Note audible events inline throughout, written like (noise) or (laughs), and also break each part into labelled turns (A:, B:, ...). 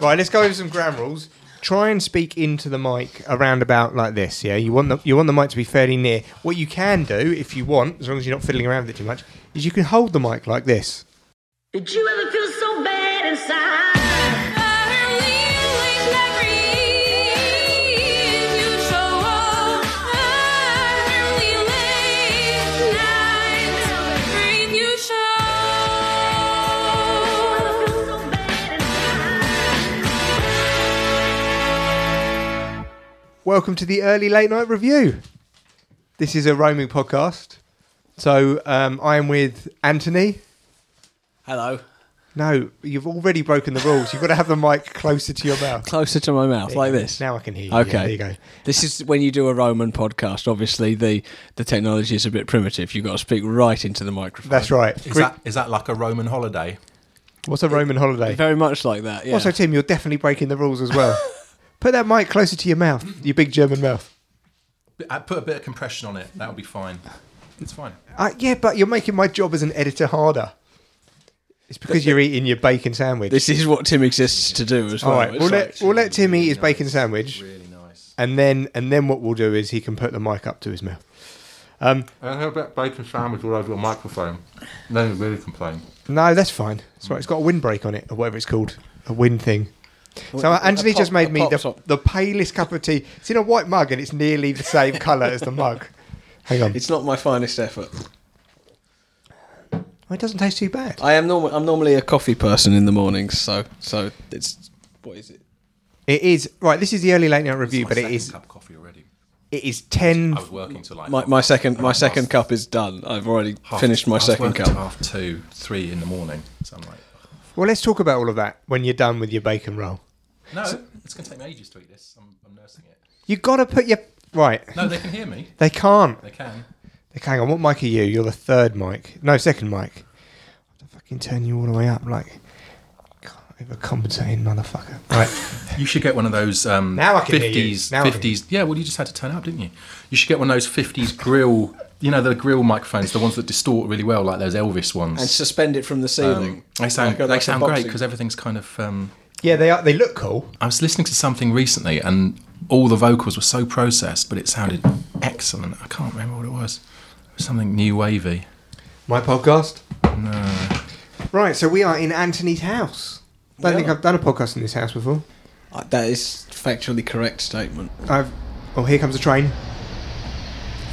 A: Right, let's go over some ground rules. Try and speak into the mic around about like this. Yeah, you want the you want the mic to be fairly near. What you can do, if you want, as long as you're not fiddling around with it too much, is you can hold the mic like this.
B: Did you ever feel so bad inside?
A: Welcome to the early late night review. This is a Romu podcast. So um, I am with Anthony.
C: Hello.
A: No, you've already broken the rules. You've got to have the mic closer to your mouth.
C: Closer to my mouth, like this.
A: Now I can hear you.
C: Okay.
A: Okay. there you go.
C: This is when you do a Roman podcast. Obviously, the the technology is a bit primitive. You've got to speak right into the microphone.
A: That's right.
D: Is that is that like a Roman holiday?
A: What's a Roman holiday?
C: Very much like that. Yeah.
A: Also, Tim, you're definitely breaking the rules as (laughs) well. Put that mic closer to your mouth, your big German mouth.
D: B- uh, Put a bit of compression on it. That'll be fine. It's fine.
A: Uh, yeah, but you're making my job as an editor harder. It's because you're eating your bacon sandwich.
C: this is what Tim exists to do as well.
A: All right,
C: It's
A: we'll
C: like-
A: let, we'll let Tim eat his bacon sandwich,
D: Really nice.
A: and then and then what we'll do is he can put the mic up to his mouth.
E: And how about bacon sandwich all over your microphone? No, you really complain.
A: No, that's fine. That's right. It's got a windbreak on it, or whatever it's called, a wind thing. So
C: a
A: Anthony
C: pop-
A: just
C: a
A: made me
C: pop
A: the,
C: top.
A: the palest cup of tea. It's in a white mug, and it's nearly the same colour as the
C: (laughs)
A: mug. Hang on,
C: It's not my finest effort.
A: Oh, it doesn't taste too bad.
C: I am normal. I'm normally a coffee person in the mornings. So so it's what is it?
A: It is right. This is the early late night review,
D: My
A: but it
D: second
A: is
D: cup of coffee already.
A: it is ten.
D: I was working till like
C: My,
D: half-
C: my second my
D: half-
C: second cup is done. I've already
D: half-
C: finished my
D: I was
C: second
D: working
C: cup.
D: till Half two, three in the morning. So I'm like,
A: Well, let's talk about all of that when you're done with your bacon roll.
D: no, it's gonna take me ages to eat this. I'm, I'm nursing it.
A: You gotta put your right.
D: No, they can hear me.
A: They can't.
D: They can.
A: They can. Hang on. What mic are you? You're the third mic. No, second mic. I'll fucking turn you all the way up, like God, overcompensating motherfucker. Right.
D: You should get one of those um,
A: Now I can hear you.
D: 50s.
A: Now I can
D: 50s. Yeah, well, you just had to turn up, didn't you? You should get one of those 50s grill. You know the grill microphones, the ones that distort really well, like those Elvis ones.
C: and suspend it from the ceiling.
D: Um, they sound,
C: Like a-
D: they
C: like a
D: sound great
C: boxing-
D: because everything's kind of. Um,
A: yeah, they are. They look cool.
D: I was listening to something recently and all the vocals were so processed, but it sounded excellent. I can't remember what it was. It was something new wavy.
A: My podcast. No. Right. So we are in Anthony's house. Don't think I've done a podcast in this house before.
C: Uh, That is factually correct statement.
A: I've. Oh, here comes a train.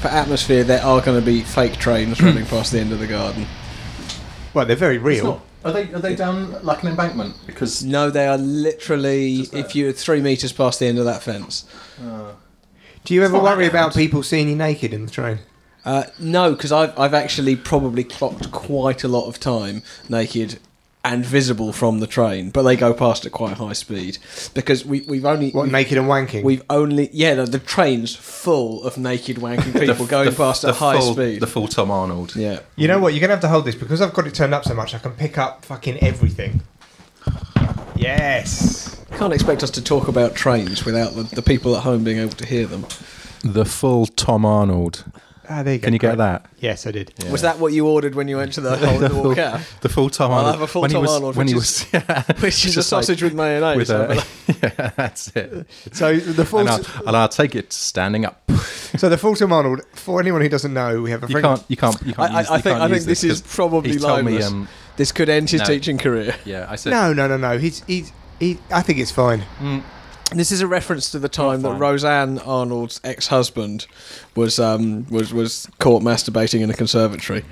C: For atmosphere, there are going to be fake (clears throat) trains running past the end of the garden.
A: Well, they're very real.
D: are they are they down like an embankment? Because
C: No, they are literally
D: there.
C: if you're three meters past the end of that fence.
A: Do you ever
D: not that
A: worry about
D: loud.
A: people seeing you naked in the train?
C: Uh, no, because I've I've actually probably clocked quite a lot of time naked and visible from the train, but they go past at quite high speed because we we've only
A: What,
C: we've,
A: naked and wanking?
C: we've only yeah the, the train's full of naked
D: (laughs)
C: wanking people going past at high
D: full,
C: speed.
D: The full Tom Arnold.
C: yeah.
A: you know what? You're going to have to hold this because I've got it turned up so much I can pick up fucking everything. Yes.
C: Can't expect us to talk about trains without the, the people at home being able to hear them.
D: The full Tom Arnold.
A: Ah, there you go.
D: Can you get
A: Great.
D: that?
A: Yes, I did.
C: Was that what you ordered when you went
D: (laughs)
C: to the whole the
D: full,
C: walkout?
D: the full Tom
C: I'll
D: Arnold.
C: have a full
D: when he
C: Tom
D: was-
C: Arnold,
D: When he
C: which
D: was, (laughs) yeah,
C: Which is a
D: just like-
C: sausage with mayonnaise.
D: with
C: I
D: a,
C: believe.
D: (laughs) yeah, that's it.
A: So the full,
D: And I'll, and I'll take it standing (laughs) up.
A: so the Fulton Arnold. For anyone who doesn't know, we have a
D: You
A: friend.
D: can't. You can't. You can't
C: I, I,
D: use,
C: I
D: you
C: think
D: can't
C: I think
D: use
C: this is
D: 'cause
C: probably
D: he told me,
C: libelous.
D: um,
C: this could end his
D: no.
C: teaching career.
D: yeah, I said.
A: No, no, no, no. He's he's. He, I think it's fine.
C: This is a reference to the time that
D: fine.
C: Roseanne Arnold's ex-husband was um, was was caught masturbating in a conservatory.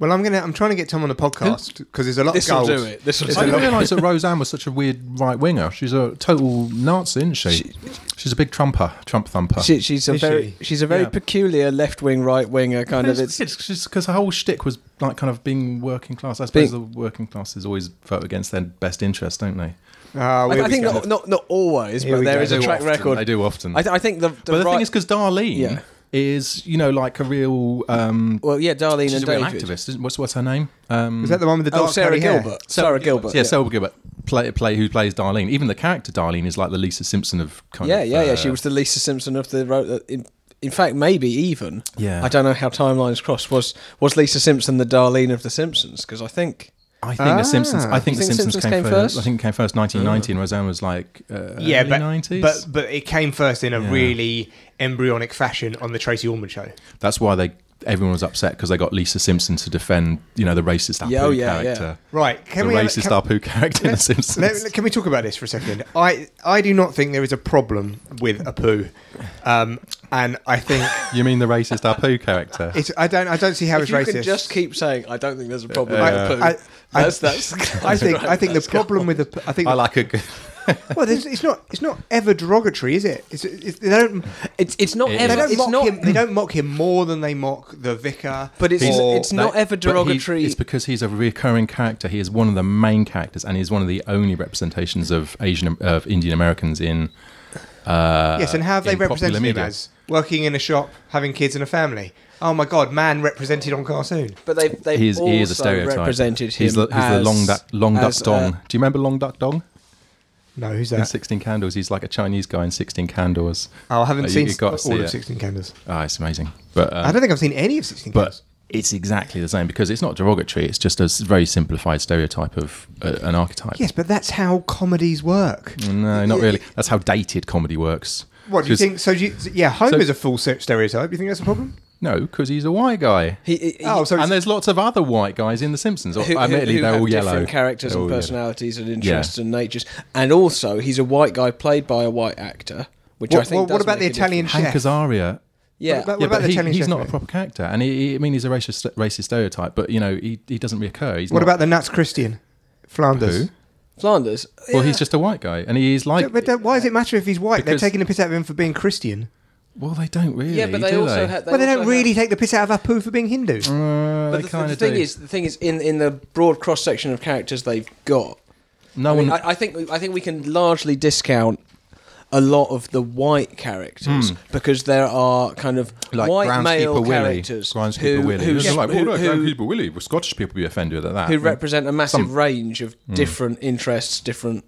A: Well, I'm gonna. I'm trying to get Tom on the podcast because there's a lot
C: This
A: of
C: will
A: gold.
C: do it. This will
A: It's
D: I
C: do
A: a
D: didn't
A: lot-
C: it.
D: realise that Roseanne was such a weird right winger. She's a total Nazi, isn't she? She's a big Trumper, Trump thumper.
C: She, she's a
A: Is
C: very
A: she?
C: she's a very
D: Yeah.
C: peculiar left wing right winger kind of. It's
D: because her whole shtick was like kind of being working class. I suppose the working classes always vote against their best interest, don't they?
A: Ah,
C: I,
A: we'll
C: I
A: be
C: think
A: going-
C: not, not not always,
A: Here
C: but
A: we
C: there
A: go.
C: is
A: They
C: a
A: do
C: track
D: often.
C: record.
D: They do often.
C: I, th- I think the, the
D: but the
C: right,
D: thing is, because Darlene
C: Yeah.
D: is you know like a real um,
C: well, yeah, Darlene
D: she's
C: and
D: a real
C: David.
D: activist. Isn't, what's what's her name? Um,
A: Is that the one with the
C: Oh,
A: dark
C: Sarah
A: curly hair?
C: Gilbert. Sarah Gilbert.
D: yeah, Selma Gilbert play play who plays Darlene. Even the character Darlene is like the Lisa Simpson of kind
C: Yeah,
D: of
C: yeah, yeah.
D: uh,
C: She was the Lisa Simpson of the road. In, in fact, maybe even.
D: Yeah.
C: I don't know how timelines cross. Was was Lisa Simpson the Darlene of the Simpsons? Because I think
D: I think The Simpsons.
C: Ah. You
D: I think The
C: think
D: Simpsons,
C: Simpsons
D: came,
C: came
D: first.
C: first?
D: I think it came first, 1990, and Roseanne was like uh,
A: yeah,
D: early
A: but,
D: 90s.
A: but but it came first in a really embryonic fashion on the Tracy Orman show.
D: That's why they everyone was upset because they got Lisa Simpson to defend you know the racist Apu
C: Yeah, oh, yeah,
D: character.
A: Right? Can
D: the
A: we have-
D: racist
A: can-
D: Apu character in The Simpsons.
A: Let- let- can we talk about this for a second? I I do not think there is a problem with a poo, um, and I think
D: you mean the racist Apu character?
A: it's I don't I don't see how
C: If
A: it's
C: you
A: racist.
C: can just keep saying, I don't think there's a problem.
A: I-
C: with poo,"
A: I- I- (laughs)
C: that's that's.
A: I think I think the problem with the p- I think
D: I like a good.
A: well there's- it's not it's not ever derogatory is it it's, it's, they don't
F: It's it's not
D: It
A: they
F: ever
A: don't
F: it's
A: mock
F: not
A: him they don't mock him more than they mock the vicar
F: But it's-
A: or-
F: it's not ever
D: but he-
F: derogatory.
D: it's because he's a recurring character. He is one of the main characters, and he's one of the only representations of Asian of Indian Americans in. Uh,
A: yes and how have they
D: in popular
A: represented him
D: media.
A: as working in a shop having kids and a family oh my god man represented on cartoon
C: But they've they've
D: He is,
C: also
D: he is a stereotype.
C: represented him
D: he's the, he's
C: as
D: the long duck, long duck
C: as, uh,
D: dong. Do you remember Long Duck Dong?
A: no who's
D: In
A: that
D: Sixteen Candles, he's like a Chinese guy in Sixteen Candles.
A: oh I haven't
D: Uh, you-
A: seen
D: you gotta
A: all
D: see
A: of
D: it.
A: 16 candles
D: Oh, it's amazing. But um,
A: I don't think I've seen any of 16
D: but
A: candles
D: it's exactly the same because it's not derogatory. It's just a s- very simplified stereotype of uh, an archetype.
A: yes but that's how comedies work
D: No, not really. That's how dated comedy works.
A: what do you
D: 'Cause-
A: think so do you, yeah Homer's a full se- stereotype you think that's a problem
D: No, because he's a white guy.
C: He, he,
A: oh so
D: and
A: it's-
D: there's lots of other white guys in The Simpsons.
C: who- who-
D: Admittedly,
C: who
D: they're
C: have
D: all
C: different
D: yellow.
C: characters and
D: They're all yellow.
C: personalities and interests and natures, and also he's a white guy played by a white actor, which I
A: what,
C: think.
A: what, what
C: does
A: about the
C: make a
A: Italian
C: difference.
A: chef
D: Hank Azaria.
C: Yeah,
A: about-
D: Yeah,
A: about
D: but
A: the
D: he,
A: Italian
D: he's
A: chef,
D: not a
A: mate?
D: proper character, and he, he, I mean, he's a racist, racist stereotype. But you know, he, he doesn't reoccur. He's
A: What
D: not-
A: about the Nuts Christian? Flanders.
D: Who?
C: Flanders.
D: Well, he's just a white guy, and he's like.
A: But, but then why does it matter if he's white?
D: Because-
A: They're taking the piss out of him for being Christian.
D: well, they don't really.
C: yeah, but they
D: do
C: also
D: they?
C: had.
A: But they don't
C: also
A: really
C: had-
A: take the piss out of Apu for being Hindu. Mm.
D: Uh,
C: But
D: they
C: the,
D: kinda
C: the thing
D: do.
C: is, the thing is, in in the broad cross section of characters they've got,
D: no
C: I,
D: one.
C: mean, I, I think I think we can largely discount a lot of the white characters because there are kind of
D: Hmm. like
C: white
D: groundskeeper
C: male
D: Willie,
C: characters
D: groundskeeper
C: who,
D: Willie.
C: who's-
D: They're like, "Oh, well,
C: who-
D: no,
C: who-
D: groundskeeper Willie. Well, Scottish people would be offended at that.
C: who represent a massive
D: Some- Hmm.
C: range of different interests, different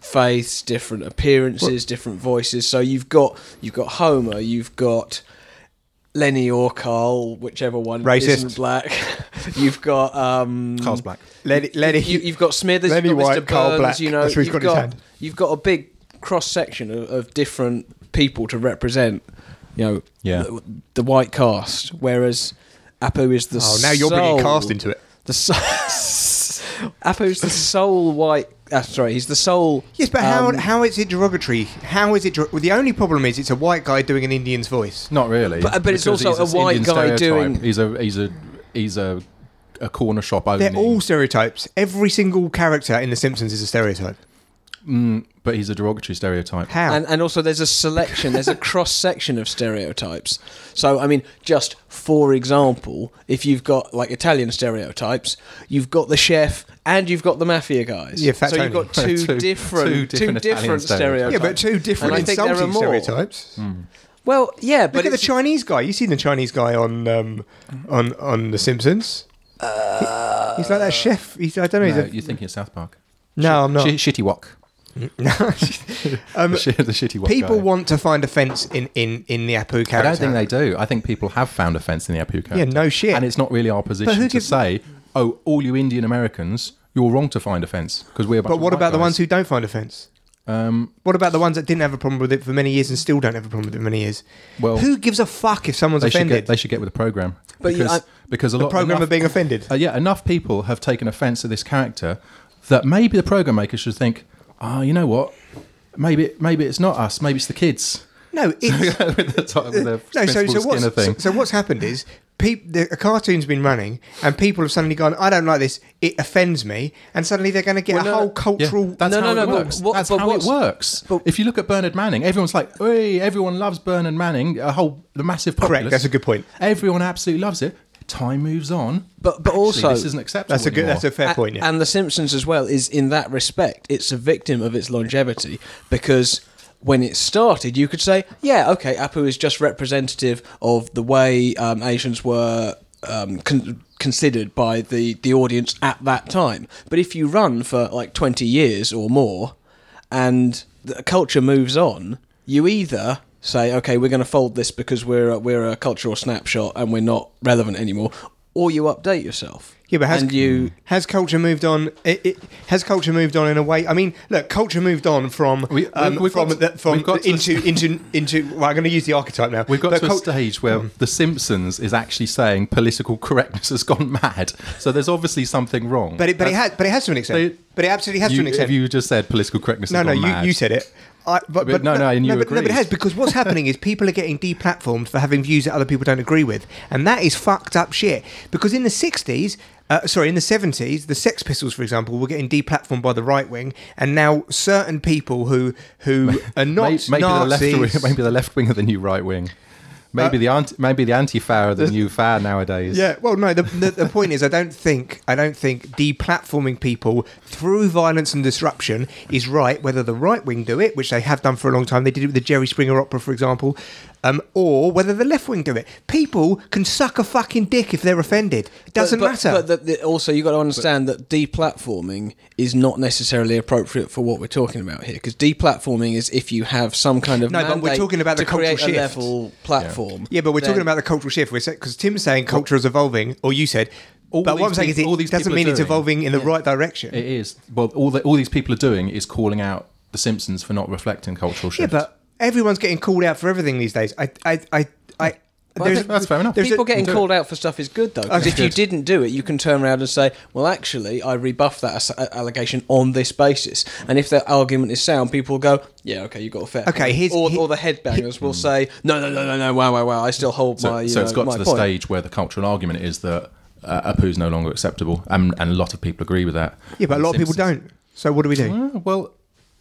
C: faiths, different appearances, different voices. So you've got you've got Homer, you've got Lenny or Carl, whichever one
A: Racist.
C: isn't black. (laughs) you've got um,
D: Carl's black.
A: Lenny, Lenny,
C: you, you've got Smithers,
A: Lenny
C: you've got
A: White,
C: Mr.
A: Carl
C: Burns,
A: Black.
C: you know,
A: That's where he's
C: you've
A: got his hand.
C: you've got a big cross section of, of different people to represent, you know,
D: Yeah.
C: the, the white cast. Whereas Apu is the
A: oh, now you're bringing
C: sole-
A: cast into it.
C: the (laughs) so- Apo's the sole white. Ah, sorry, he's the sole.
A: Yes, but how,
C: um,
A: how is it derogatory? How is it? der- Well, the only problem is it's a white guy doing an Indian's voice.
D: Not really.
C: But- but it's
D: because
C: also
D: he's
C: a white
D: Indian
C: guy
D: stereotype.
C: doing-
D: He's a he's a he's a, a corner shop
A: They're
D: owning.
A: all stereotypes. Every single character in The Simpsons is a stereotype.
D: but he's a derogatory stereotype.
A: How?
C: And, and also, there's a selection, there's a cross section of stereotypes. So, I mean, just for example, if you've got like Italian stereotypes, you've got the chef and you've got the mafia guys.
A: Yeah, Fat
C: so you've
A: Tony.
C: got (laughs) two,
D: Two-
C: different, two
D: two different
C: different,
D: Italian stereotypes.
C: stereotypes.
A: yeah, but two different
C: And I think there
A: insulting
C: are more.
A: stereotypes.
D: Hmm.
C: Well, yeah, but
A: Look at the
C: it's,
A: Chinese guy. You seen the Chinese guy on um, on on The Simpsons? Uh, he's like that chef. He's, I don't know.
D: No,
A: he's a,
D: you're thinking of South Park.
A: no I'm not. (laughs)
D: Sh- shitty wok.
A: Um,
D: (laughs) the, sh- the shitty wok.
A: People
D: guy.
A: want to find offence in, in, in the Apu character.
D: I don't think they do. I think people have found offence in the Apu character.
A: Yeah, no shit.
D: And it's not really our position
A: who
D: to
A: gives-
D: say, oh, all you Indian Americans, you're wrong to find offence because we're. a bunch
A: But
D: of
A: what
D: white
A: about the
D: guys."
A: ones who don't find offence? Um, what about the ones that didn't have a problem with it for many years and still don't have a problem with it for many years?
D: Well,
A: who gives a fuck if someone's
D: they should
A: offended? uh,
D: get they should get with the program
C: But you-
D: because
C: I-
D: because a
A: the
D: lot
A: program
D: enough,
A: of being offended.
D: uh, yeah enough people have taken offence to this character that maybe the program makers should think ah you know what maybe maybe it's not us maybe it's the kids (laughs)
A: no, it's,
D: with the, type- with the
A: no. So, so
D: principal
A: what's
D: Skinner
A: so,
D: thing.
A: so what's happened is. Peop, the, a cartoon's been running, and people have suddenly gone. I don't like this. It offends me, and suddenly they're going to get
C: Well,
A: a
C: no,
A: whole
C: no.
D: Yeah,
A: cultural.
D: that's
C: No,
D: how
C: no, no,
D: it
C: but
D: works.
C: what-
D: that's
C: but
D: how it
C: what's-
D: works. if you look at Bernard Manning, everyone's like, "Hey, everyone loves Bernard Manning." A whole the massive populace.
A: Correct. That's a good point.
D: Everyone absolutely loves it. Time moves on,
C: But- but
D: Actually,
C: also-
D: this isn't acceptable.
A: That's a good.
D: anymore.
A: That's a fair
C: A-
A: point. Yeah.
C: And The Simpsons as well is in that respect, it's a victim of its longevity because when it started, you could say, yeah, okay, Apu is just representative of the way um, Asians were um, con- considered by the, the audience at that time. But if you run for like 20 years or more and the culture moves on, you either say, okay, we're going to fold this because we're a, we're a cultural snapshot and we're not relevant anymore, or you update yourself.
A: Yeah, but has
C: and you
A: has culture moved on? It, it, has culture moved on in a way? I mean, look, culture moved on from
D: We-
A: um,
D: we've
A: from
D: got to-
A: the, from
D: we've got to- (laughs)
A: into, into into Well, I'm going to use the archetype now.
D: We've got
A: But Hmm.
D: to a
A: cult-
D: stage where The Simpsons is actually saying political correctness has gone (laughs) mad. So there's obviously something wrong.
A: but it, but it
D: That's-
A: has but it has to an extent.
D: They-
A: but it absolutely has
D: you,
A: to an extent.
D: If you just said political correctness
A: no,
D: has
A: no,
D: gone
A: you,
D: mad.
A: you said it. I, but,
D: But no, no, and you
A: but, no, but it
D: agreed.
A: has because what's happening is people are getting deplatformed for having views that other people don't agree with, and that is fucked up shit. Because in the '60s, uh, sorry, in the '70s, the Sex Pistols, for example, were getting deplatformed by the right wing, and now certain people who who are not
D: (laughs) May- maybe,
A: Nazis,
D: the left wing, (laughs) maybe the left wing of the new right wing. Maybe the anti, maybe the anti-fa are the new fa nowadays.
A: Yeah, well, no. The, the, the point is, I don't think I don't think deplatforming people through violence and disruption is right. Whether the right wing do it, which they have done for a long time, they did it with the Jerry Springer opera, for example, um, or whether the left wing do it. People can suck a fucking dick if they're offended. It doesn't
C: but,
A: matter.
C: But the, the, also, you got to understand that deplatforming is not necessarily appropriate for what we're talking about here, because deplatforming is if you have some kind of
A: No, but we're
C: mandate
A: talking about the
C: to create
A: cultural
C: a
A: shift.
C: level platform.
A: yeah, but we're
C: then-
A: talking about the cultural shift. We're because Tim's saying culture is evolving, or you said.
D: All
A: but
D: these
A: what I'm saying
D: peop-
A: is, it
D: all these
A: doesn't
D: people are
A: mean it's
D: doing-
A: evolving in the right direction.
D: It is. Well, all the, all these people are doing is calling out the Simpsons for not reflecting cultural shift.
A: Yeah, but everyone's getting called out for everything these days. I, I, I, I.
C: I
A: there's-
C: think
D: That's fair enough.
A: there's a-
C: People getting
D: do it.
C: called out for stuff is good though. Because
A: Okay.
C: if you
A: Good.
C: didn't do it, you can turn around and say, "Well, actually, I rebuffed that as- uh, allegation on this basis." And if that argument is sound, people will go, "Yeah, okay, you got a fair."
A: Okay,
C: point."
A: here's-
C: or,
A: he-
C: or the headbangers will say, "No, no, no, no, no, wow, wow, wow, I still hold
D: so,
C: my." You
D: so
C: know,
D: it's got
C: my
D: to the
C: point.
D: stage where the cultural argument is that uh, Apu is no longer acceptable, and, and a lot of people agree with that.
A: Yeah, but a lot of people
D: Simpsons-
A: don't. So what do we do?
D: Ah, well,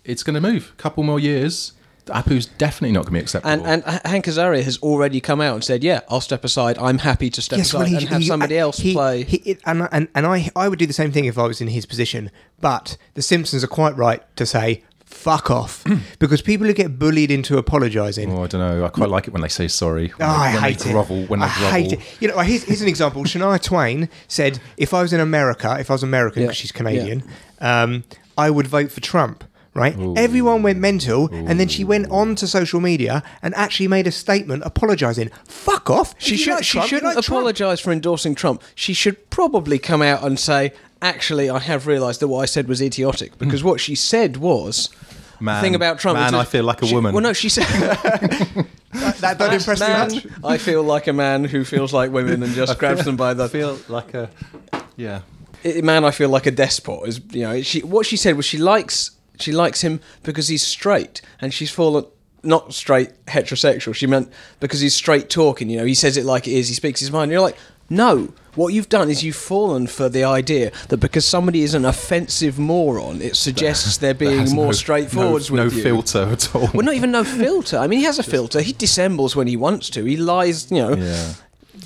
D: it's going to move. Couple more years, Apu's definitely not going to be acceptable.
C: And, and H- Hank Azaria has already come out and said, "Yeah, I'll step aside. I'm happy to step aside and have somebody
A: I-
C: else
A: he-
C: play."
A: he- it- and and, and I, I would do the same thing if I was in his position. But the Simpsons are quite right to say fuck off (clears throat) because people who get bullied into apologising.
D: oh, I don't know. I quite like it when they say sorry. When
A: Oh,
D: they,
A: I
D: when
A: hate
D: they grovel,
A: it.
D: When they
A: I
D: grovel.
A: hate it. You know, here's, here's an example. Shania Twain said, "If I was in America, if I was American,
C: Yeah.
A: because she's Canadian, um, I would vote for Trump." Right?
D: Ooh.
A: Everyone went mental, and then she went on to social media and actually made a statement apologising. Fuck off. If
C: she
A: you
C: should
A: like
C: she
A: Trump, you
C: shouldn't
A: like Trump.
C: apologize for endorsing Trump. She should probably come out and say, "Actually, I have realized that what I said was
A: Hmm.
C: idiotic because what she said was."
D: Man-
C: the thing about Trump,
D: man,
C: is that
D: I feel like a
C: she-
D: woman.
C: Well, no, she said,
A: That (laughs) don't impress me
C: "Man,
A: much.
C: I feel like a man who feels like women
A: (laughs)
C: and just grabs them by the
D: feel like a yeah.
C: I- man I feel like a despot is you know she what she said was she likes she likes him because he's straight and she's fallen not straight heterosexual she meant because he's straight talking you know he says it like it is he speaks his mind you're like no what you've done is you've fallen for the idea that because somebody is an offensive moron it suggests
D: (laughs)
C: they're being
D: Has
C: more
D: no-
C: straightforward
D: no,
C: with
D: no
C: you
D: filter at all.
C: well not even no filter I mean he has a filter he dissembles when he wants to he lies you know
D: yeah.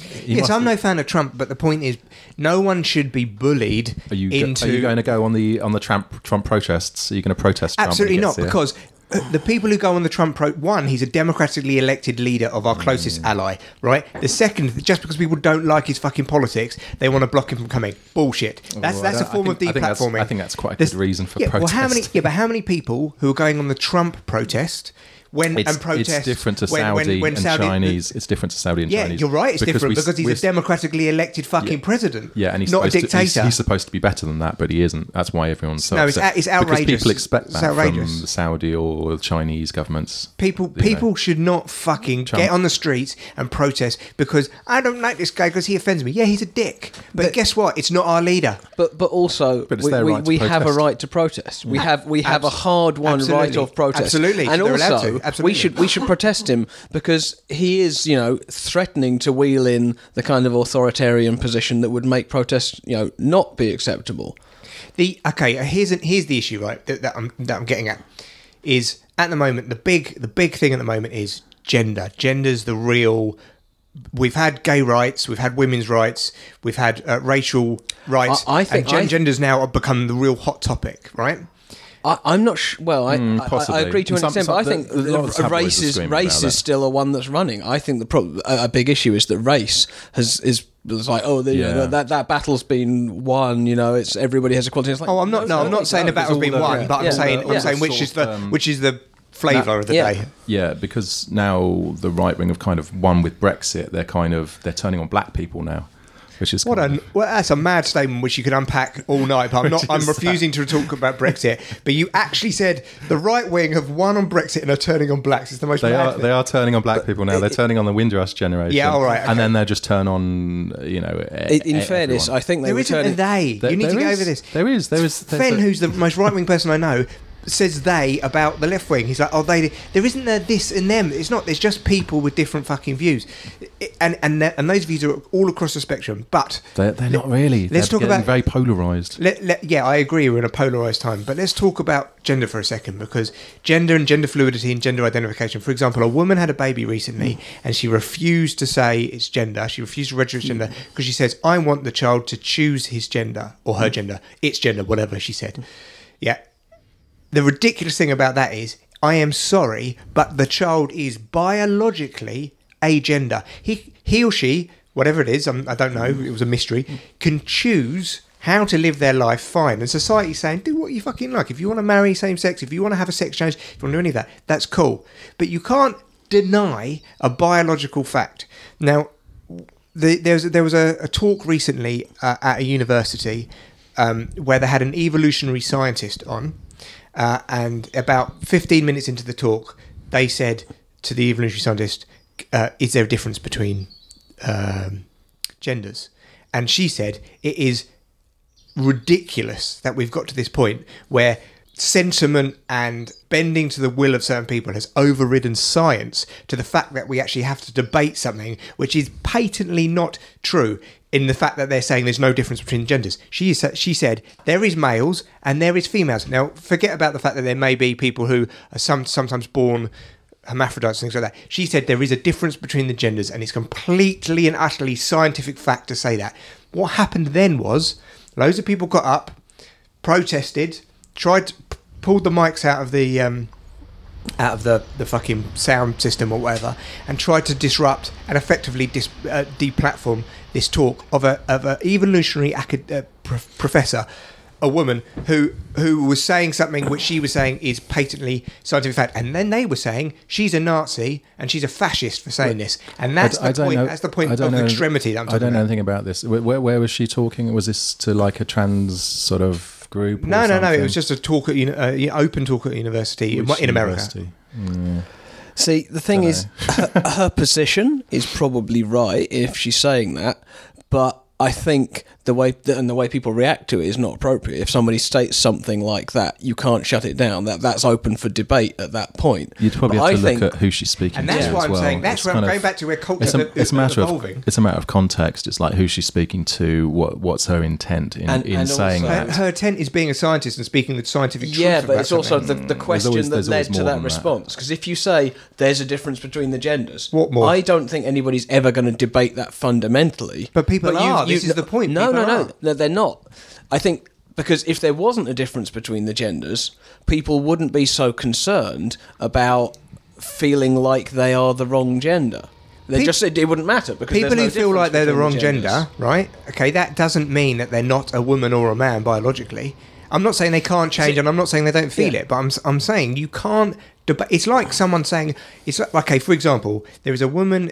D: He
A: Yes,
D: must
A: I'm
D: be-
A: no fan of Trump, but the point is, no one should be bullied
D: Are you, go-
A: into.
D: are you going to go on the on the Trump Trump protests? Are you going to protest? Trump when
A: Absolutely
D: he
A: not,
D: gets here?
A: because uh, the people who go on the Trump pro one, he's a democratically elected leader of
D: Mm.
A: our closest ally, right? The second, just because people don't like his fucking politics, they want to block him from coming. Bullshit. That's
D: Well, I
A: that's a
D: don't- I
A: form
D: think- I
A: of
D: think that's-
A: deplatforming.
D: I think that's quite a
A: There's-
D: good reason for
A: yeah, Well, how many?
D: protest.
A: Yeah, but how many people who are going on the Trump protest? When
D: It's,
A: and protest
D: it's different to
A: when-
D: Saudi
A: when- when
D: and
A: Saudi-
D: Chinese. it's different to Saudi and
A: Yeah,
D: Chinese.
A: you're right. It's different
D: we-
A: because he's
D: we're-
A: a democratically elected fucking president.
D: Yeah, and he's
A: not a
D: supposed to- he's-
A: dictator.
D: he's, supposed to be better than that, but he isn't. That's why everyone's so
A: No, it's
D: upset.
A: a- it's
D: Because
A: outrageous.
D: people expect
A: It's
D: that
A: outrageous.
D: from the Saudi or the Chinese governments.
A: People,
D: You know.
A: people should not fucking
D: Trump.
A: get on the streets and protest because I don't like this guy because he offends me. Yeah, he's a dick, but, guess what? It's not our leader.
C: But but also
D: But it's
C: we,
D: their
C: we,
D: right to
C: we have a
D: protest.
C: right to protest. We have we have a hard won
A: absolutely.
C: right of protest.
A: Absolutely,
C: And
A: they're allowed
C: also
A: to, absolutely.
C: we should we should protest him because he is, you know, threatening to wheel in the kind of authoritarian position that would make protest, you know, not be acceptable.
A: The okay, here's here's the issue, right? That, that I'm that I'm getting at is at the moment the big the big thing at the moment is gender. Gender's the real. We've had gay rights, we've had women's rights, we've had uh, racial rights.
C: I- I think
A: and gen-
C: I-
A: gender's now become the real hot topic, right?
C: I, I'm not sh- well. I, I- I, I
D: Mm, possibly.
C: agree to an
D: Some-
C: extent,
D: some-
C: but I think
D: the- the lot of
C: a
D: tabloids
C: race
D: are
C: is
D: screaming
C: race
D: about
C: is
D: that.
C: still a one that's running. I think the pro- a, a big issue is that race has is it's like oh the, you know,
D: Yeah.
C: that that battle's been won. You know, it's everybody has equality. It's like,
A: Oh, I'm not. No, I'm not saying the battle's
D: all
A: been
D: the-
A: won,
D: yeah,
A: but
C: yeah,
A: I'm saying
C: all
A: I'm
C: the
A: saying which
D: sort
A: is
D: of,
A: the
D: um,
A: which is the flavour of the
C: yeah.
A: day.
D: Yeah, because now the right wing have kind of won with Brexit. They're kind of they're turning on black people now. which is
A: What
D: kind
A: an
D: of-
A: well, that's a mad statement which you could unpack all night.
D: (laughs)
A: But I'm not. I'm refusing to talk about Brexit. But you actually said the right wing have won on Brexit and are turning on blacks. It's the most.
D: They
A: mad
D: are
A: thing.
D: they are turning on black people now. They're turning on the Windrush generation.
A: Yeah, all right, okay.
D: And then they just turn on uh, you know. e-
C: In, in
D: e-
C: fairness,
D: everyone.
C: I think they
A: There
C: were
A: isn't a
C: turning.
A: they.
D: There-
A: you need to
D: there
A: get
D: is.
A: over this.
D: There is. There is. there's
A: Fenn,
D: a-
A: who's the most right wing person I know, says they about the left wing. He's like, oh, they. There isn't a this and them. It's not. There's just people with different fucking views, I- and and and those views are all across the spectrum. But
D: They're, they're not really.
A: Let's
D: They're
A: talk
D: getting
A: about-
D: very polarized.
A: Let, let, yeah, I agree. We're in a polarized time, but let's talk about gender for a second because gender and gender fluidity and gender identification. For example, a woman had a baby recently, and she refused to say it's gender. She refused to register as gender because she says, "I want the child to choose his gender or her gender. It's gender, whatever." She said, "Yeah." The ridiculous thing about that is, I am sorry, but the child is biologically agender. He he or she, whatever it is, I'm, I don't know. It was a mystery. Can choose how to live their life fine. And society's saying, do what you fucking like. If you want to marry same sex, if you want to have a sex change, if you want to do any of that, that's cool. But you can't deny a biological fact. Now, the, there was there was a, a talk recently uh, at a university um, where they had an evolutionary scientist on, uh, and about 15 minutes into the talk, they said to the evolutionary scientist, uh, "Is there a difference between um, genders?" And she said, "It is ridiculous that we've got to this point where sentiment and bending to the will of certain people has overridden science to the fact that we actually have to debate something which is patently not true in the fact that they're saying there's no difference between genders she sa- she said there is males and there is females now forget about the fact that there may be people who are some sometimes born hermaphrodites and things like that. She said there is a difference between the genders, and it's completely and utterly scientific fact to say that. What happened then was loads of people got up, protested, tried to p- pulled the mics out of the um, out of the, the fucking sound system or whatever, and tried to disrupt and effectively dis, uh, deplatform this talk of a of a evolutionary acad- uh, prof- professor, a woman who who was saying something which she was saying is patently scientific fact, and then they were saying she's a Nazi and she's a fascist for saying this, and that's
D: I d- I
A: the
D: don't
A: point.
D: know-
A: That's the point
D: I
A: of
D: don't know-
A: extremity that I'm
D: I
A: talking
D: don't know
A: about.
D: anything about this. Where, where, where was she talking? Was this to like a trans sort of group? or
A: No, no, no. It was
D: something?
A: just a talk at uni- uh, yeah, open talk at university in,
D: Which
A: in America.
D: university?
C: See, the thing
D: Dunno.
C: is, her, her position is probably right if she's saying that, but I think the way and the way people react to it is not appropriate. If somebody states something like that, you can't shut it down. That that's open for debate at that point.
D: You'd probably
C: But
D: have to
C: I
D: look
C: think-
D: at who she's speaking
A: And that's
D: to.
A: why
D: as
A: I'm
D: well.
A: saying- that's
D: It's
A: where I'm
D: kind
A: going back to where culture
D: it's a,
A: is
D: it's a matter
A: evolving.
D: of it's a matter of context. It's like who she's speaking to. What what's her intent in,
C: And-
D: in
C: and
D: saying
C: also-
A: Her,
D: that?
A: Uh, her intent is being a scientist and speaking the scientific truth.
C: Yeah, but
A: about
C: it's also
A: something.
C: the, the question
D: always-
C: that
D: there's always
C: led to
D: more
C: that
D: than that.
C: response. Because if you say there's a difference between the genders,
A: What more?
C: I don't think anybody's ever going to debate that fundamentally.
A: But people
C: you-
A: are.
C: you-
A: This is the point.
C: No,
A: People
C: no, no,
A: are.
C: no. They're not. I think because if there wasn't a difference between the genders, people wouldn't be so concerned about feeling like they are the wrong gender. They
A: Pe-
C: just it, it wouldn't matter because
A: people
C: there's no
A: who feel like
C: difference
A: they're the
C: between
A: wrong
C: genders.
A: gender, right? Okay, that doesn't mean that they're not a woman or a man biologically. I'm not saying they can't change, and I'm not saying they don't feel
C: Yeah.
A: it, but I'm s- I'm saying you can't. Deba- it's like someone saying it's like, okay. For example, there is a woman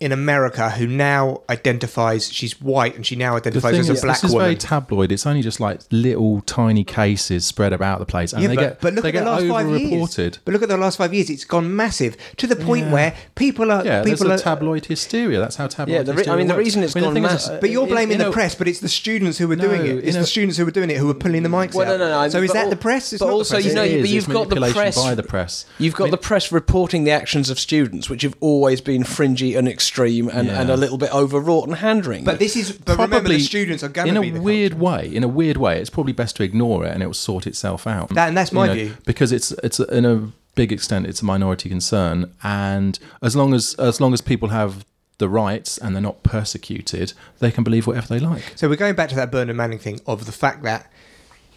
A: in America who now identifies she's white, and she now
D: The
A: identifies
D: thing
A: as a
D: is,
A: black
D: this is
A: woman.
D: very tabloid. It's only just like little tiny cases spread about the place, and
A: Yeah,
D: they
A: but,
D: get
A: but look
D: they
A: at
D: get
A: the last five
D: overreported.
A: years. But look at the last five years; it's gone massive to the point
D: Yeah.
A: where people are
D: Yeah,
A: people are
D: there's a tabloid hysteria. That's how tabloid.
C: Yeah, the re- I
D: hysteria
C: mean, the
D: works.
C: reason it's
D: I mean,
C: gone
D: the thing
C: massive-
A: But you're
D: in-
A: blaming
D: in
A: the
D: a-
A: press, but it's the students who were doing
D: No,
A: it. It's
D: in
A: the
D: a-
A: students who were doing it who were pulling the mics
C: Well,
A: out.
C: no, no, no.
A: So is
C: but
A: that
C: al-
A: the press? It's
C: but
A: not the
C: also,
A: press,
C: you
A: is
C: know,
A: it?
D: It
C: but
D: is,
C: you've
D: it's
C: got the
D: manipulation
C: press
D: by the press.
C: You've got
D: I mean-
C: the press reporting the actions of students, which have always been fringy and extreme and, and
D: Yeah.
C: a little bit overwrought and hand-wringing.
A: But this is. But remember, the students are going
D: in
A: to
D: a
A: be the
D: weird
A: culture.
D: way. In a weird way, it's probably best to ignore it, and it will sort itself out.
A: That- and that's my view.
D: because it's it's in a big extent it's a minority concern, and as long as as long as people have the rights and they're not persecuted, they can believe whatever they like.
A: So we're going back to that Bernard Manning thing of the fact that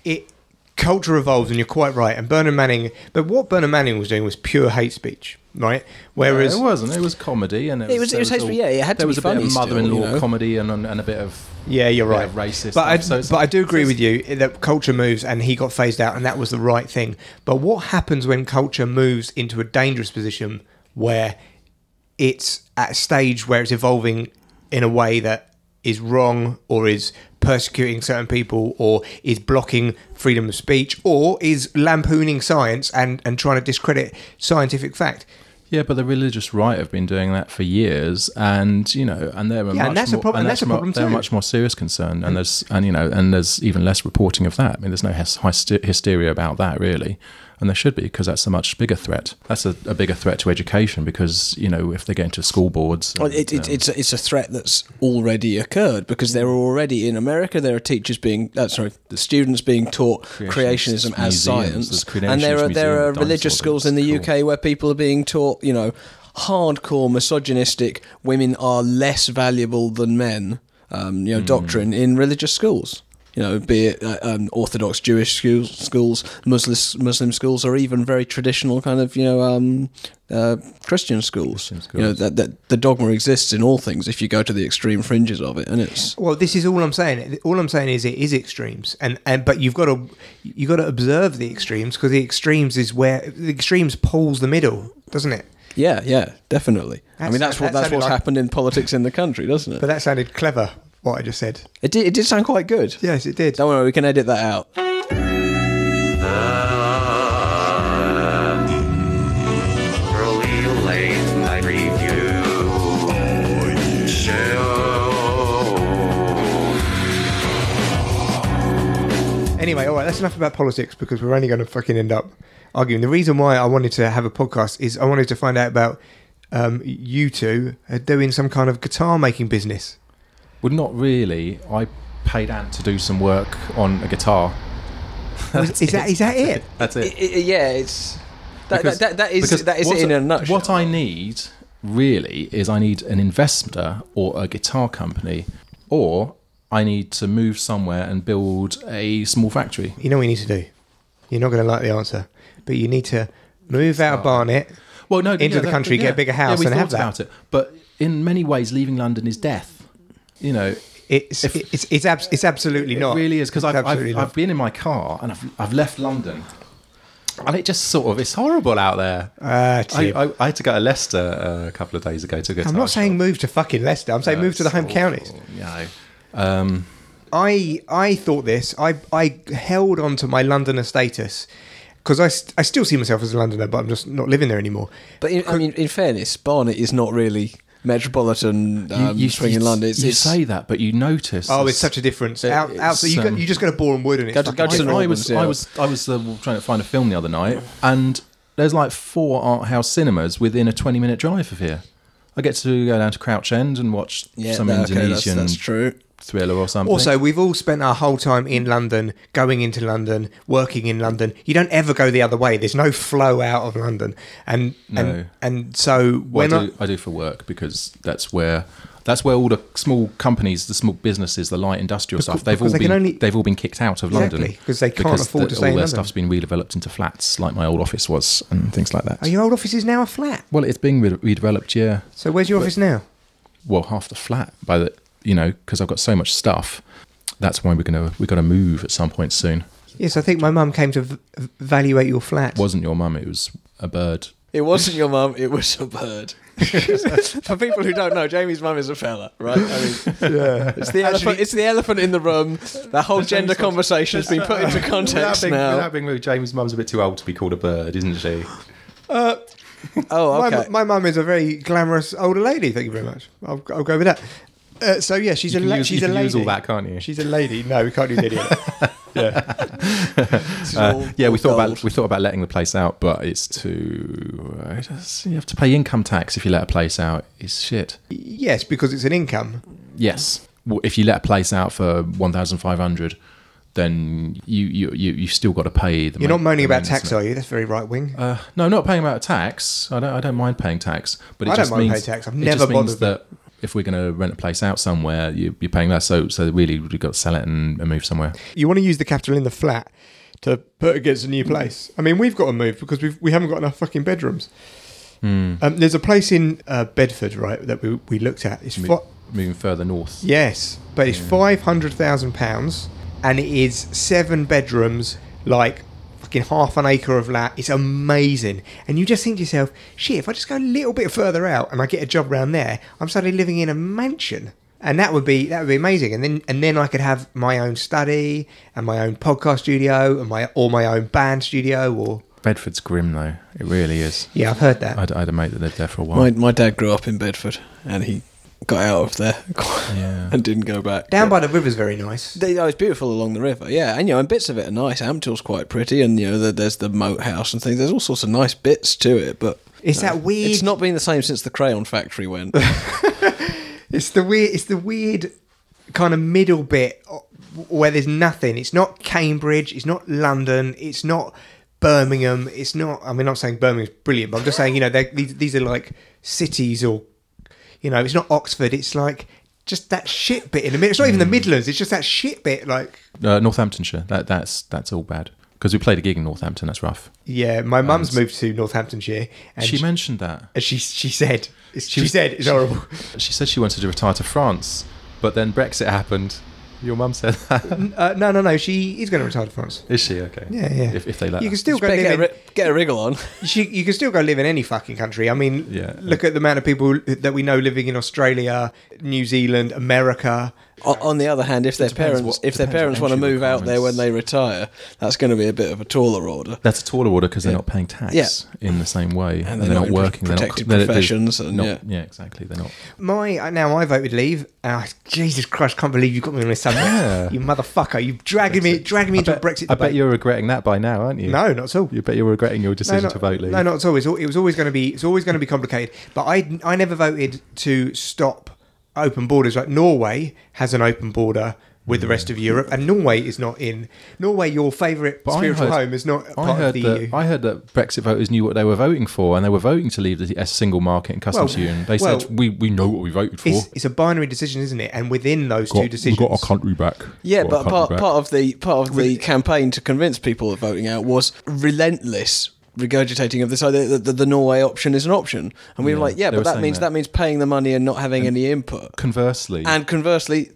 A: it culture evolves, and you're quite right. And Bernard Manning, but what Bernard Manning was doing was pure hate speech, right? Whereas
D: it wasn't. It was comedy, and it,
C: It was- it was
D: there
C: hate- yeah, it had to
D: there
C: be
D: was a bit
C: funny
D: of
C: still,
D: mother-in-law
C: you know?
D: comedy and, and a bit of
A: Yeah, you're
D: bit
A: right.
D: of racist
A: but I,
D: stuff. So it's-
A: but I do agree
D: so
A: with
D: it's-
A: you that culture moves, and he got phased out, and that was the right thing. But what happens when culture moves into a dangerous position where it's at a stage where it's evolving in a way that is wrong or is persecuting certain people or is blocking freedom of speech or is lampooning science and, and trying to discredit scientific fact.
D: Yeah, but the religious right have been doing that for years, and you know, and they're a
A: Yeah,
D: much
A: and that's a
D: more,
A: problem-
D: and
A: that's a
D: mo-
A: problem
D: they're
A: too.
D: much more serious concern,
C: Mm.
D: and there's and you know, and there's even less reporting of that. I mean, there's no hys- hyster- hysteria about that really, and there should be because that's a much bigger threat. That's a, a bigger threat to education because you know if they get into school boards,
C: Well,
D: and,
C: it, it,
D: um,
C: it's a- it's a threat that's already occurred because there are already in America there are teachers being uh, sorry students being taught creationism,
D: Creationist
C: as
D: museums,
C: science,
D: there's
C: and there
D: creationist
C: are there
D: museum
C: are
D: of
C: religious
D: dinosaurs,
C: schools in the
D: it's
C: UK where people are being taught you know hardcore misogynistic women are less valuable than men um, you know
D: Hmm.
C: doctrine in religious schools. You know, be it uh, um, Orthodox Jewish schools, schools, Muslim Muslim schools, or even very traditional kind of you know um, uh, Christian schools.
D: Christian
C: You know,
D: schools.
C: that, that the dogma exists in all things if you go to the extreme fringes of it and it's
A: Well, this is all I'm saying. All I'm saying is it is extremes, and, and but you've got to you got to observe the extremes because the extremes is where the extremes pulls the middle, doesn't it?
C: yeah yeah definitely i
A: That's-
C: mean that's what
A: that
C: that's
A: sounded
C: what's
A: like-
C: happened in politics in the country doesn't it
A: But that sounded clever. What I just said.
C: it did, it did sound quite good
A: Yes, it did.
C: don't worry we can edit that out
F: Early late night review show.
A: Anyway, all right, that's enough about politics because we're only going to fucking end up arguing. The reason why I wanted to have a podcast is I wanted to find out about um, you two uh, doing some kind of guitar making business.
D: well, not really. I paid Ant to do some work on a guitar. (laughs)
A: Is, is that is that it?
D: That's it.
C: I- I- yeah it's that,
D: Because-
C: that, that, that is
D: because
C: that is
D: what
C: it in
D: I-
C: a nutshell
D: What I need really is I need an investor or a guitar company, or I need to move somewhere and build a small factory.
A: You know what you need to do. You're not going to like the answer, but you need to move out of Barnet.
D: Well, no,
A: Into the country, get a bigger house
D: yeah, we
A: and
D: thought
A: have that.
D: about it. But in many ways, leaving London is death. You know,
A: It's
D: If-
A: it's it's, abs- it's absolutely
D: it
A: not.
D: really is because
A: It's
D: I've,
A: absolutely
D: I've,
A: not.
D: I've been in my car and I've, I've left London. And it just sort of, it's horrible out there.
A: Ah,
D: I,
A: Tim.
D: I, I had to go to Leicester uh, a couple of days ago to go
A: I'm not saying move to fucking Leicester. I'm saying move to the home counties.
D: Yeah. Um,
A: I I thought this. I I held on to my Londoner status because I, st- I still see myself as a Londoner, but I'm just not living there anymore.
C: but in, i mean in fairness barnet is not really metropolitan um, swinging london it's,
D: you
C: it's
D: say that, but you notice.
A: Oh, it's such a difference. Out,
D: it's,
A: out, so you, got,
D: um,
A: you just go to Boreham Wood and it's
C: Go to-
A: fucking
C: go to
D: I,
C: St.
A: different.
D: I
C: Albans,
D: was,
C: yeah.
D: I was, I was uh, trying to find a film the other night, and there's like four art house cinemas within a 20 minute drive of here. I get to go down to Crouch End and watch
C: yeah
D: some
C: that- okay, that's,
D: Indonesian
C: that's true
D: thriller or something.
A: also, we've all spent our whole time in London, going into London, working in London. You don't ever go the other way. There's no flow out of London, and
D: No.
A: and, and so
D: Well,
A: when
D: I
A: I,
D: do, I do for work because that's where that's where all the small companies, the small businesses, the light industrial stuff, they've all
A: because they can
D: been
A: only-
D: they've all been kicked out of
A: Exactly,
D: London
A: 'cause they can't afford
D: the-
A: to stay
D: all
A: in
D: their
A: London.
D: stuff's been redeveloped into flats, like my old office was, and things like that.
A: are your old office is now a flat.
D: well, it's being re- redeveloped, yeah.
A: So where's your office now?
D: well half the flat by the you know because I've got so much stuff. That's why we're gonna we got to move at some point soon.
A: Yes, I think my mum came to v- evaluate your flat.
D: Wasn't your mum? It was a bird.
C: It wasn't your mum, it was a (laughs) bird. For people who don't know, Jamie's mum is a fella, right? I mean, it's, the elephant, it's the elephant in the room. That whole gender conversation has been put into context now.
D: being rude, James' mum's a bit too old to be called a bird, isn't she?
C: Oh,
A: My-
C: okay.
A: My mum is a very glamorous older lady. Thank you very much. I'll, I'll go with that. Uh, so yeah, she's
D: You
A: a
D: can
A: la-
D: use-
A: she's
D: you
A: a
D: can
A: lady.
D: use all that, can't you?
A: She's a lady. No, we can't do
D: (laughs)
A: video.
C: This is all-
D: Uh, yeah, we
C: all
D: thought
C: gold.
D: about we thought about letting the place out, but it's too. I just- you have to pay income tax if you let a place out. It's shit.
A: yes, because it's an income.
D: Yes, well, if you let a place out for one thousand five hundred, then you you you you still got to pay the.
A: You're not
D: main-
A: moaning
D: the
A: about
D: maintenance
A: tax, are you? That's very right wing.
D: Uh, no, not paying about tax. I don't. I don't mind paying tax, but it
A: I don't
D: just
A: mind
D: means
A: paying tax. I've
D: it
A: never
D: just means
A: bothered.
D: that if we're going to rent a place out somewhere, you, you're paying that. So, so really, we've got to sell it and, and move somewhere.
A: you want to use the capital in the flat to put against a new
D: Hmm.
A: place. I mean, we've got to move because we've, we haven't got enough fucking bedrooms.
D: Hmm.
A: Um, there's a place in uh, Bedford, right, that we, we looked at. It's
D: Mo-
A: fi-
D: moving further north.
A: Yes, but it's five hundred thousand pounds, and it is seven bedrooms, like fucking half an acre of land. It's amazing, and you just think to yourself, "Shit, if I just go a little bit further out and I get a job round there, I'm suddenly living in a mansion." and that would be that would be amazing. And then and then I could have my own study and my own podcast studio and my or my own band studio. Or
D: Bedford's grim though. It really is.
A: yeah, I've heard that.
D: I'd, I had a mate that lived there for a while.
C: My, my dad grew up in Bedford and he got out of there (laughs)
D: Yeah.
C: and didn't go back.
A: Down by the river's very nice.
C: They, oh, it's beautiful along the river, yeah, and you know, and bits of it are nice. Amptill's quite pretty, and you know, the, there's the moat house and things. There's all sorts of nice bits to it, but
A: It's that weird.
C: it's not been the same since the crayon factory went. (laughs)
A: It's the weird. It's the weird kind of middle bit o- where there's nothing. It's not Cambridge. It's not London. It's not Birmingham. It's not. I mean, I'm not saying Birmingham's brilliant, but I'm just saying you know they're- these these are like cities or you know it's not Oxford. It's like just that shit bit in the middle. It's not even the Midlands. It's just that shit bit. Like
D: Uh, Northamptonshire. That that's that's all bad because we played a gig in Northampton. That's rough.
A: yeah, my mum's moved to Northamptonshire, and
D: she
A: she
D: mentioned that.
A: and she, she said it's, she,
D: was-
A: said it's horrible.
D: She said she wanted to retire to France, but then Brexit happened. Your mum said that.
A: Uh, no, no, no. She is going to retire to France.
D: Is she okay?
A: Yeah, yeah.
D: If, if they let
A: you
D: her.
A: can still go
C: Better
A: live
C: get, a,
A: in,
C: ri- get a
A: (laughs)
C: wriggle on.
A: She, you can still go live in any fucking country. I mean,
D: Yeah.
A: look at the amount of people that we know living in Australia, New Zealand, America.
C: O- on the other hand, if their
D: depends
C: parents
D: what-
C: if their
D: depends what
C: parents want to
D: entry
C: move out there when
D: requirements.
C: they retire, that's going to be a bit of a taller order.
D: That's a taller order because they're not paying tax
C: Yeah.
D: in the same way, and,
C: they're
D: they're,
C: not
D: not,
C: in
D: working. They're not
C: protected
D: they're- they're
C: professions and
D: not-
C: yeah.
D: exactly. They're not.
A: My uh, now I voted leave. Uh, Jesus Christ, can't believe you got me on this subject.
D: Yeah.
A: You motherfucker, you dragging me, dragging me into a Brexit.
D: I bet
A: debate.
D: you're regretting that by now, aren't you?
A: No, not at all.
D: You bet you're regretting your
A: No,
D: decision
A: not,
D: to vote leave.
A: no, not at all. It's al- It was always going to be. It's always going to be complicated. But I, I never voted to stop open borders. Like Norway has an open border with the rest of Europe, and Norway is not in. Norway, your favourite
D: But I
A: spiritual
D: heard-
A: home, is not
D: I
A: part
D: heard
A: of the E
D: that
A: EU.
D: I heard that Brexit voters knew what they were voting for, and they were voting to leave the uh, single market and customs
A: Well,
D: union. They
A: well,
D: said, "We we know what we voted for.
A: It's, it's a binary decision, isn't it? And within those two decisions,
D: country back.
C: Yeah, but part, part of the part of the campaign to convince people of voting out was relentless regurgitating of this idea that the, the Norway option is an option, and we were
D: Yeah,
C: like, yeah,
D: they
C: but
D: were
C: that
D: saying
C: means that.
D: that.
C: means paying the money and not having any input.
D: Conversely,
C: And conversely,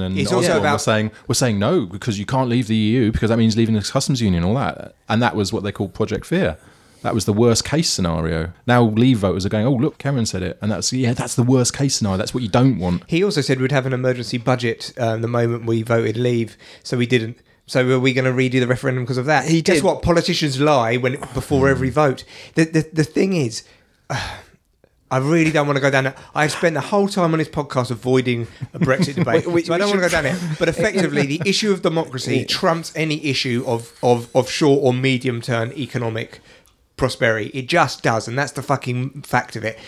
C: (laughs)
D: and
A: it's
D: it's
A: also about-
D: were saying we're saying no because you can't leave the EU because that means leaving the customs union and all that, and that was what they called Project Fear. That was the worst case scenario. Now Leave voters are going, oh look, Cameron said it, and that's yeah, that's the worst case scenario. That's what you don't want.
A: He also said we'd have an emergency budget um, the moment we voted leave, so we didn't. So were we going to redo the referendum because of that?
C: He
A: Guess
C: did.
A: what? Politicians lie when before every vote. The the, the thing is. I really don't want to go down it. I've spent the whole time on this podcast avoiding a Brexit debate,
C: We- we-
A: so I don't
C: we
A: want to go down it. But effectively, the issue of democracy trumps any issue of, of, of short or medium term economic prosperity. It just does, and that's the fucking fact of it.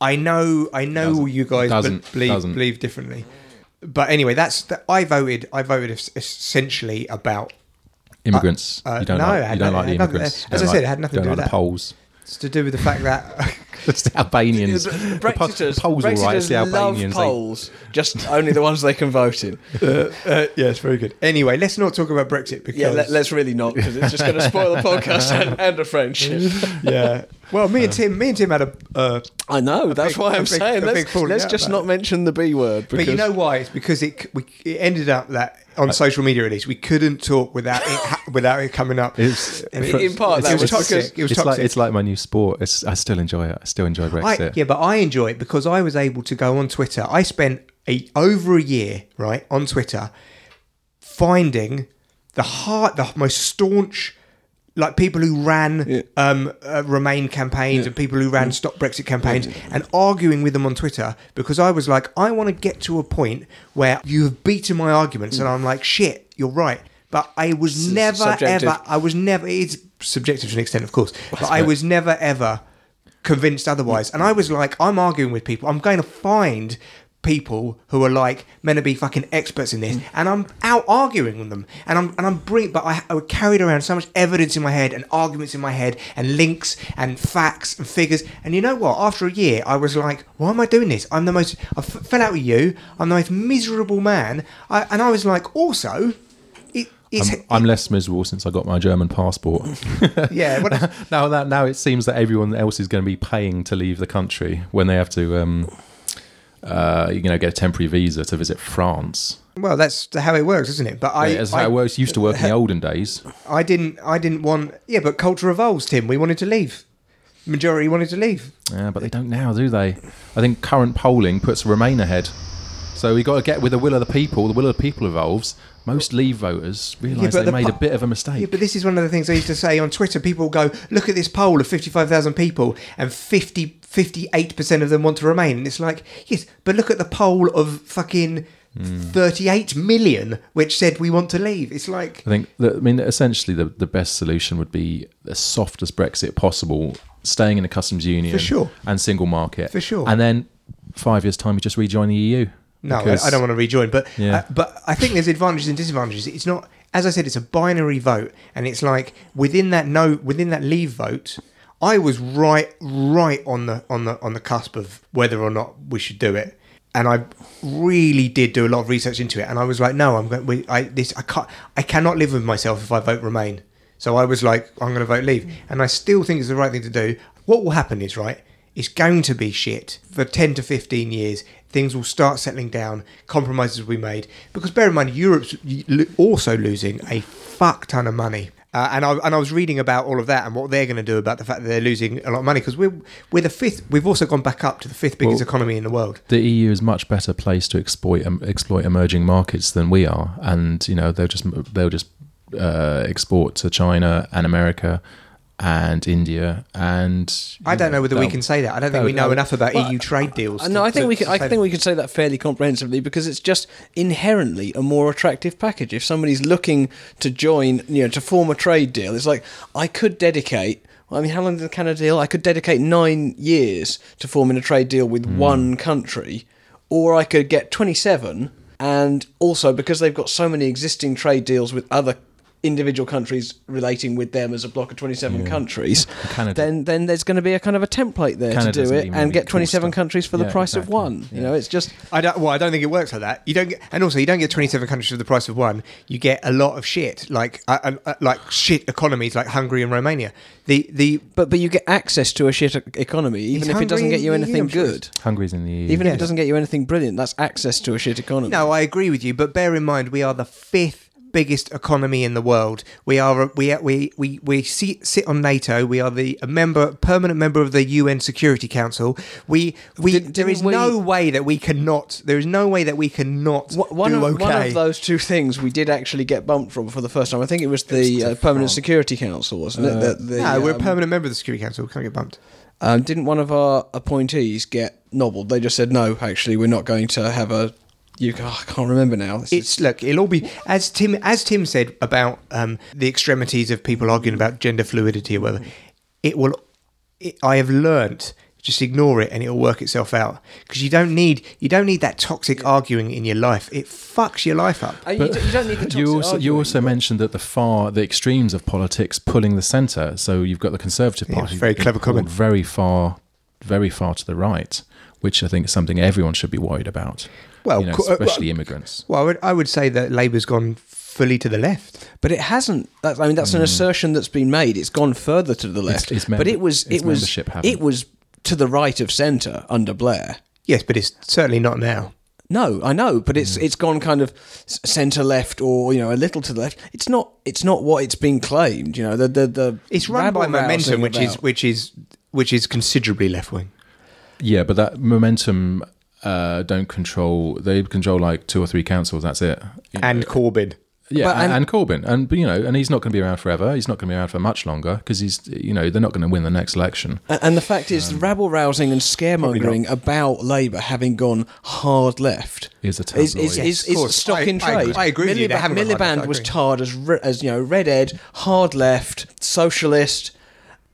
A: I know, I know,
D: Doesn't.
A: you guys
D: Doesn't.
A: believe
D: Doesn't.
A: believe differently. But anyway, that's the, I voted. I voted es- essentially about
D: Immigrants,
A: Uh, uh,
D: you don't
A: no,
D: like,
A: I
D: you don't
A: don't-
D: like the
A: I don't-
D: immigrants. You
A: as
D: don't
A: I said,
D: like-
A: it had nothing to
D: don't
A: do with
D: like
A: that.
D: the Poles. (laughs)
A: it's to do with the fact that
D: It's the Albanians. (laughs)
C: The
D: The po-
C: Brexiters,
D: the Poles, all right. It's
C: Brexiters
D: the
C: love
D: Albanians. They,
C: polls, just only the ones they can vote
D: (laughs)
C: in.
A: uh, yes, very good. Anyway, let's not talk about Brexit because
C: Yeah, let, us really not, because it's just going to spoil
D: (laughs)
C: the podcast and, and a friendship.
A: yeah. Well, me and Tim, me and Tim had a. Uh,
C: I know, that's
A: big-
C: why
A: a
C: I'm
A: big-
C: saying
A: a big
C: let's,
A: falling
C: let's
A: out
C: just
A: about
C: not mention the B word. Because
A: but you know why? It's because it c- we, it ended up that on social media at least we couldn't talk without it ha- without it coming up.
D: It's-
A: And
C: in part that
A: it was
C: was
A: toxic.
C: because-
A: it was
D: it's
A: toxic.
D: like it's like my new sport. It's, I still enjoy it. I still enjoy
A: I,
D: Brexit.
A: yeah, but I enjoy it because I was able to go on Twitter. I spent a, over a year, right, on Twitter finding the heart, the most staunch, like people who ran um, uh, Remain campaigns and people who ran Stop Brexit campaigns and arguing with them on Twitter because I was like, I want to get to a point where you have beaten my arguments and I'm like, shit, you're right. But I was never,
C: subjective.
A: ever, I was never, it's subjective to an extent, of course, but I was never, ever convinced otherwise. And I was like, I'm arguing with people. I'm going to find people who are like meant to be fucking experts in this, and I'm out arguing with them. And I'm and I'm bring, but I, I carried around so much evidence in my head and arguments in my head and links and facts and figures. And you know what? After a year, I was like, why am I doing this? I'm the most. I f- fell out with you. I'm the most miserable man. I, and I was like, also. It, it's,
D: I'm, I'm less miserable since I got my German passport.
A: (laughs) yeah, what,
D: now that now it seems that everyone else is going to be paying to leave the country when they have to, um, uh, you know, get a temporary visa to visit France.
A: well, that's how it works, isn't it? But I,
D: As how
A: I-
D: it works, used to work
A: (laughs)
D: in the olden days.
A: I didn't. I didn't want. Yeah, but culture evolves, Tim. We wanted to leave. Majority wanted to leave.
D: Yeah, but they don't now, do they? I think current polling puts Remain ahead. So we got to get with the will of the people. The will of the people evolves. Most Leave voters realise
A: but
D: they
A: the
D: made
A: pu-
D: a bit of a mistake.
A: Yeah, but this is one of the things I used to say on Twitter. People go, look at this poll of 55,000 people, and 50, 58% of them want to remain. And it's like, yes, but look at the poll of fucking
D: Hmm.
A: 38 million, which said we want to leave. It's like,
D: I think that, I mean essentially the, the best solution would be the softest Brexit possible, staying in the customs union
A: For sure.
D: and single market
A: For sure.
D: and then five years time we just rejoin the EU.
A: no, I,
D: Because-
A: I don't want to rejoin. But,
D: Yeah.
A: uh, but I think there's advantages and disadvantages. It's not, as I said, it's a binary vote. And it's like, within that no, within that leave vote, I was right, right on the on the on the cusp of whether or not we should do it. and I really did do a lot of research into it. And I was like, no, I'm going. We, I this I can't. I cannot live with myself if I vote Remain. So I was like, I'm going to vote Leave, and I still think it's the right thing to do. What will happen is right. It's going to be shit for 10 to 15 years. Things will start settling down. Compromises will be made. Because bear in mind, Europe's lo- also losing a fuck ton of money. Uh, and I and I was reading about all of that and what they're going to do about the fact that they're losing a lot of money because we're we're the fifth. We've also gone back up to the fifth biggest
D: Well-
A: economy in the world.
D: The EU is much better placed to exploit um, exploit emerging markets than we are, and you know they'll just they'll just uh, export to China and America and India and
A: I don't know whether we
D: they'll-
A: can say that. I don't think
D: that
A: we
D: would-
A: know
D: that would-
A: enough about
C: Well,
A: EU trade deals.
C: no,
A: to-
C: I think
A: to-
C: we can.
A: to
C: I
A: say
C: think
A: that.
C: we can say that fairly comprehensively because it's just inherently a more attractive package. If somebody's looking to join, you know, to form a trade deal, it's like I could dedicate. I mean, how long did the Canada deal? I could dedicate nine years to forming a trade deal with
A: Hmm.
C: one country, or I could get twenty-seven. And also because they've got so many existing trade deals with other individual countries relating with them as a block of 27 countries
D: Canada-
C: then then there's going to be a kind of a template there to
D: Canada
C: do
D: doesn't
C: it
D: even
C: and
D: really
C: get 27
D: cost it.
C: countries for the
D: Yeah,
C: price of
D: exactly.
C: one. You know, it's just
A: I don't. Well, I don't think it works like that. You don't. Get, and also, you don't get twenty-seven countries for the price of one. You get a lot of shit, like uh, uh, like shit economies, like Hungary and Romania. The the
C: but but you get access to a shit e- economy
A: Is
C: even if it doesn't
A: Hungary
C: get you
A: in the EU?
C: anything
A: I'm sure
C: good.
D: Hungary's in the E EU.
C: Even if
A: Yeah.
C: it doesn't get you anything brilliant, that's access to a shit economy.
A: No, I agree with you, but bear in mind we are the fifth biggest economy in the world. We are we are- we we we sit, sit on NATO. We are the a member permanent member of the UN Security Council. We we
C: Did-
A: there is
C: didn't we-
A: no way that we cannot there is no way that we cannot
C: Wh- One
A: do
C: of,
A: okay.
C: one of those two things we did actually get bumped from for the first time. I think it was the uh, Permanent Security Council, wasn't it? The, the,
A: no, we're a
C: um,
A: permanent member of the Security Council. We can't get bumped.
C: um, didn't one of our appointees get nobbled? They just said no. Actually, we're not going to have a. You, oh, I can't remember now. This is-
A: It's look, it'll all be as Tim as Tim said about um, the extremities of people arguing about gender fluidity or whatever. It will. It, I have learnt just ignore it and it'll work itself out because you don't need you don't need that toxic arguing in your life. It fucks your life up.
C: Uh, you, d- you (laughs) don't need the toxic
D: you also, you
C: arguing.
D: also mentioned that the far the extremes of politics pulling the centre. So you've got the Conservative
A: Yeah,
D: Party,
A: very
D: being
A: clever
D: pulled
A: comment.
D: very far, very far to the right, which I think is something everyone should be worried about.
A: Well,
D: You know,
A: co- uh,
D: especially
A: well-
D: immigrants.
A: Well, I would, I would say that Labour's gone fully to the left.
C: But it hasn't. That, I mean, that's an assertion that's been made. It's gone further to the left.
D: Hmm. it's mem-
C: but it was
D: it's
C: it was
D: membership having.
C: it was to the right of centre under Blair.
A: Yes, but it's certainly not now.
C: No, I know, but
D: Hmm.
C: it's it's gone kind of centre left or you know a little to the left. It's not it's not what it's been claimed. You know the the, the
A: It's run by momentum,
C: rabble-rousing
A: which is
C: about-
A: which is which is considerably left wing.
D: Yeah, but that momentum uh, don't control. They control like two or three councils. That's it.
A: And Corbyn.
D: Yeah,
C: But-
D: and,
C: and-
D: and Corbyn, and you know, and he's not going to be around forever. He's not going to be around for much longer because he's, you know, they're not going to win the next election.
C: A- And the fact is,
D: Um,
C: rabble rousing and scaremongering about Labour having gone hard left
D: Is a
C: is, is,
D: tabloid.
C: is,
A: Yes, of
C: is
A: course.
C: stock
A: I-
C: in
A: I agree.
C: trade.
A: I agree with you, they
C: Miliband,
A: haven't gone hard left,
C: Miliband
A: I
C: was
A: agree.
C: tarred as re- as you know red ed, hard left, socialist.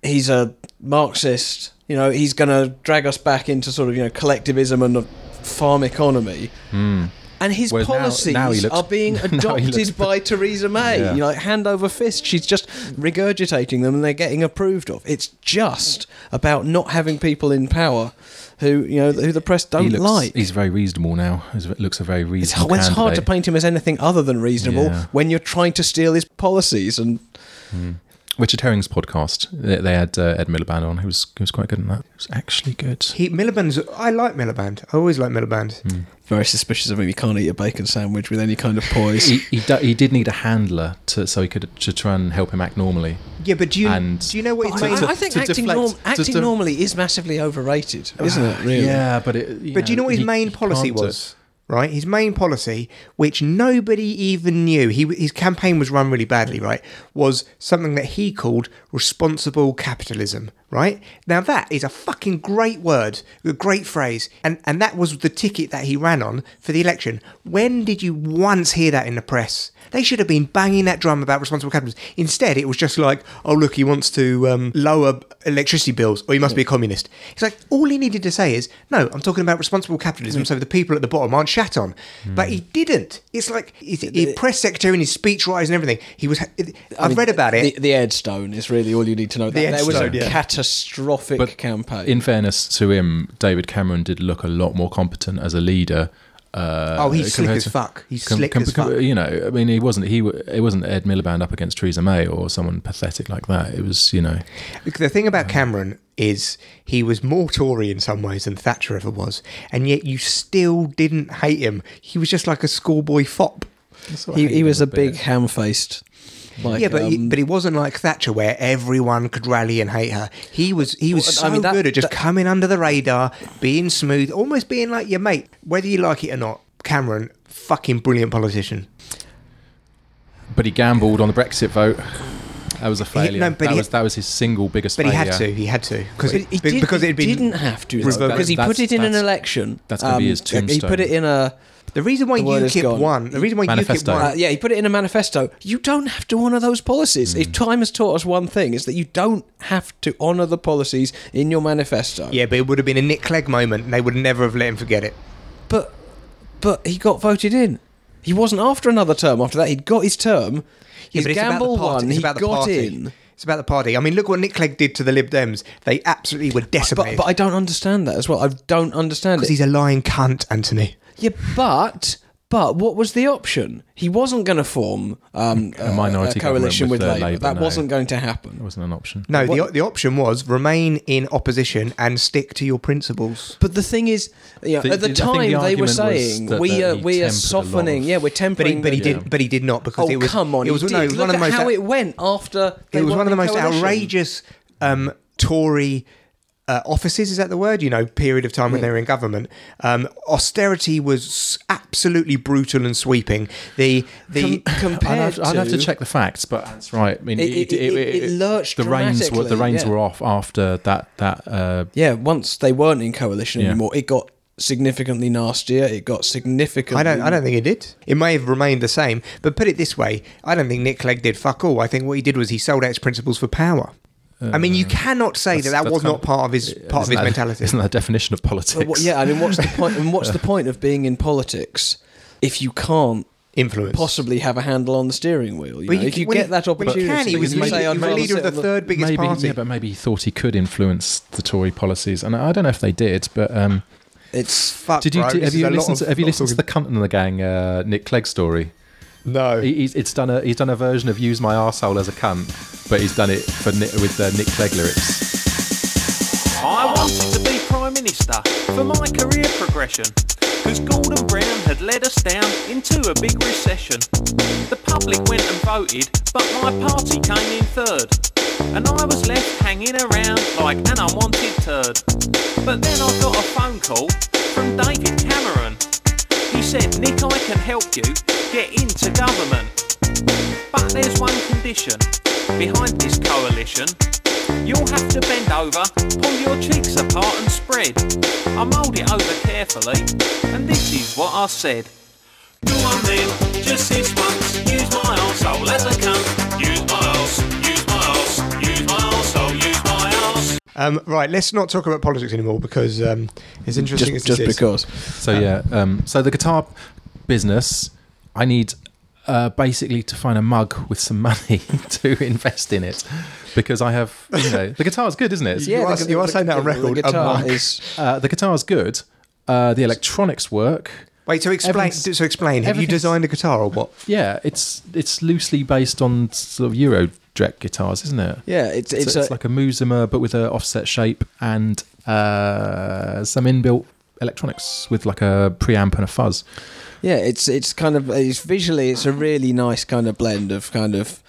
C: He's a Marxist. You know he's going to drag us back into sort of you know collectivism and a farm economy. And his
D: Hmm. Whereas now-
C: policies
D: now he looks-
C: are being
D: (laughs) now he
C: adopted
D: looks-
C: by Theresa May.
D: Yeah.
C: You know, like hand over fist. She's just regurgitating them and they're getting approved of. It's just about not having people in power who, you know, who the press
A: Oh,
C: don't
D: He looks,
C: like.
D: He's very reasonable now. He looks a very
C: it's,
D: reasonable.
C: well, it's hard to
D: candidate.
C: paint him as anything other than reasonable
D: Yeah.
C: when you're trying to steal his policies. And
D: Richard Herring's podcast. They, they had uh, Ed Miliband on, who was who was quite good in that. It was actually good.
A: He Miliband's. I like Miliband. I always like Miliband.
C: very suspicious of him. You can't eat a bacon sandwich with any kind of poise.
D: He he, do, he did need a handler to so he could to try and help him act normally.
A: Yeah, but do you
D: And-
A: do you know what? His
C: I,
A: main,
C: I think
D: to
C: acting,
D: deflect-
C: norm,
D: to
C: acting
D: de-
C: normally is massively overrated, isn't it? Really?
D: Yeah, but it,
A: but do you know what his
D: he-
A: main
D: he
A: policy
D: can't do-
A: was? right? His main policy, which nobody even knew, he his campaign was run really badly, right? Was something that he called responsible capitalism, right? Now that is a fucking great word, a great phrase, and and that was the ticket that he ran on for the election. When did you once hear that in the press? They should have been banging that drum about responsible capitalism. Instead, it was just like, oh, look, he wants to um, lower electricity bills, or he must
C: Hmm.
A: be a communist. It's like, all he needed to say is, no, I'm talking about responsible
C: Hmm.
A: capitalism, so the people at the bottom aren't shat on. But he didn't. It's like, his, his press secretary and his speech writers and everything, he was, I've
C: I mean,
A: read about it.
C: The, the Ed Stone is really all you need to know. That
A: The Ed
C: there was
A: Stone,
C: a
A: yeah.
C: catastrophic campaign.
D: In fairness to him, David Cameron did look a lot more competent as a leader. Uh,
A: Oh, he's slick
D: compared
A: as fuck. He's
D: com-
A: slick
D: com-
A: as
D: com-
A: fuck.
D: You know, I mean, he wasn't. He w- it wasn't Ed Miliband up against Theresa May or someone pathetic like that. It was, you know,
A: Look, The thing
C: Hmm.
A: about Cameron is he was more Tory in some ways than Thatcher ever was, and yet you still didn't hate him. He was just like a schoolboy fop.
C: he, he was a
D: bit.
C: big ham-faced. Like,
A: yeah, but he,
C: um,
A: but he wasn't like Thatcher, where everyone could rally and hate her. He was he was so
C: Well, I mean, that-
A: good at just
C: that-
A: coming under the radar, being smooth, almost being like your mate, whether you like it or not. Cameron, fucking brilliant politician.
D: but he gambled on the Brexit vote. That was a failure.
A: no, but
D: that,
A: he-
D: was, that was his single biggest.
A: But he had to.
D: failure.
A: He had to because
C: But Oh, he did,
A: because it had been
C: didn't have to though,
A: revoked.
C: because he put
D: That's-
C: it in an
D: that's-
C: election. Um,
D: that's gonna be his
C: He
D: tombstone.
C: put it in a
A: the reason why
C: The word is
A: UKIP
C: gone.
A: won. The reason why
D: Manifesto.
A: UKIP won.
C: uh, yeah. He put it in a manifesto. You don't have to honour those policies.
A: Hmm.
C: If time has taught us one thing, it's that you don't have to honour the policies in your manifesto.
A: Yeah, but it would have been a Nick Clegg moment, and they would never have let him forget it.
C: But but he got voted in. He wasn't after another term. After that, he'd got his term.
A: Yeah,
C: His
A: but it's about the
C: gamble
A: party-
C: won.
A: it's
C: He
A: about the
C: got
A: party.
C: in.
A: It's about the party. I mean, look what Nick Clegg did to the Lib Dems. They absolutely were
C: But
A: decimated.
C: but I don't understand that as well. I don't understand
A: because
C: it.
A: he's a lying cunt, Anthony.
C: Yeah, but but what was the option? He wasn't going to form um, a,
D: minority
C: a coalition with,
D: government with, uh,
C: Labour.
D: Labour,
C: That
D: no.
C: wasn't going to happen.
D: wasn't an option.
A: No, the,
C: What-
A: the option was remain in opposition and stick to your principles.
C: But the thing is, you know,
D: The-
C: at the
D: the- I think
C: time
D: the
C: they were
D: argument was
C: saying
D: that-
C: we
D: that
C: are
D: he
C: we are
D: tempered a lot
C: softening.
D: of-
C: Yeah, we're
A: But he,
C: tempering.
A: but he
C: the-
A: did, but he did not because
C: Oh
A: it was.
C: come on!
A: It was,
C: he
A: no, it
C: did.
A: was
C: Look
A: one of the
C: at
A: most.
C: how
A: out-
C: it went after. They
A: it was
C: won
A: one of the most
C: coalition.
A: outrageous um, Tory uh, offices. Is that the word? You know, period of time when they were in government. Um, austerity was absolutely brutal and sweeping. The the
C: Com- compared
D: I'd have, I'd have to
C: to-
D: check the facts, but that's right. I mean,
C: It- it- it- it lurched
D: The reins were
C: dramatically,
D: the reins
C: yeah.
D: were off after that. That uh,
C: Yeah, once they weren't in coalition
D: Yeah.
C: anymore, it got significantly nastier. It got significantly.
A: I don't.
D: Mm.
A: I don't think it did. It may have remained the same. But put it this way, I don't think Nick Clegg did fuck all. I think what he did was he sold out his principles for power. I mean, you cannot say that
D: Uh, that's-
A: that
D: that's
A: was
D: kind
A: not
D: of-
A: part of his part of
D: isn't
A: his
D: that-
A: mentality.
D: Isn't that the definition of politics?
C: But what- yeah, I mean, what's the point? And what's the point of being in politics if you can't
A: Influence.
C: possibly have a handle on the steering wheel. You know?
A: you
C: if
A: can-
C: you
A: when
C: get
A: he-
C: that
A: when he
C: opportunity,
A: can, he
C: you
A: was
C: say,
A: leader-
C: "I'd
A: he was
C: rather
A: leader of
C: sit
A: the
C: on
A: third biggest
D: maybe,
A: party.
D: Yeah, but maybe he thought he could influence the Tory policies, and I don't know if they did. But um,
C: It's
A: Fuck,
D: did you
A: bro,
D: do,
A: this
D: have
A: is
D: you
A: a lot
D: listened
A: of-
D: to, have you
A: lot of
D: listened to the cunt in the gang uh, Nick Clegg story?
A: talking. No.
D: He- He's it's done a he's done a version of "Use My Arsehole as a Cunt," but he's done it for Ni- with uh, Nick Clegg lyrics.
G: I wanted to be Prime Minister for my career progression. Because Gordon Brown had led us down into a big recession. The public went and voted, but my party came in third. And I was left hanging around like an unwanted turd. But then I got a phone call from David Cameron. He said, Nick, I can help you get into government. But there's one condition behind this coalition. You'll have to bend over, pull your cheeks apart and spread. I mould it over carefully, and this is what I said. Go on then, just this once, use my arsehole as a cunt. Use my arse, use my arse, use my arsehole, use my arse.
A: Um, right. Let's not talk about politics anymore because um, it's interesting.
C: just,
A: as
C: just
A: this is.
C: because.
D: So yeah, um, so the guitar business, I need uh, basically to find a mug with some money (laughs) to invest in it because I have you know the guitar's good, isn't it?
A: You are- you are saying that on record,
C: The guitar
A: among-
C: is
D: Uh, the guitar's good. Uh, the electronics work.
A: Wait. So explain.
D: Everything's-
A: so explain. Have you
D: everything's-
A: designed a guitar or what?
D: Yeah, it's it's loosely based on sort of Eurodrec guitars, isn't it?
C: yeah, it's it's,
D: So it's
C: a,
D: like a Muzima, but with an offset shape and uh, some inbuilt electronics with like a preamp and a fuzz.
C: yeah, it's it's kind of it's visually it's a really nice kind of blend of kind of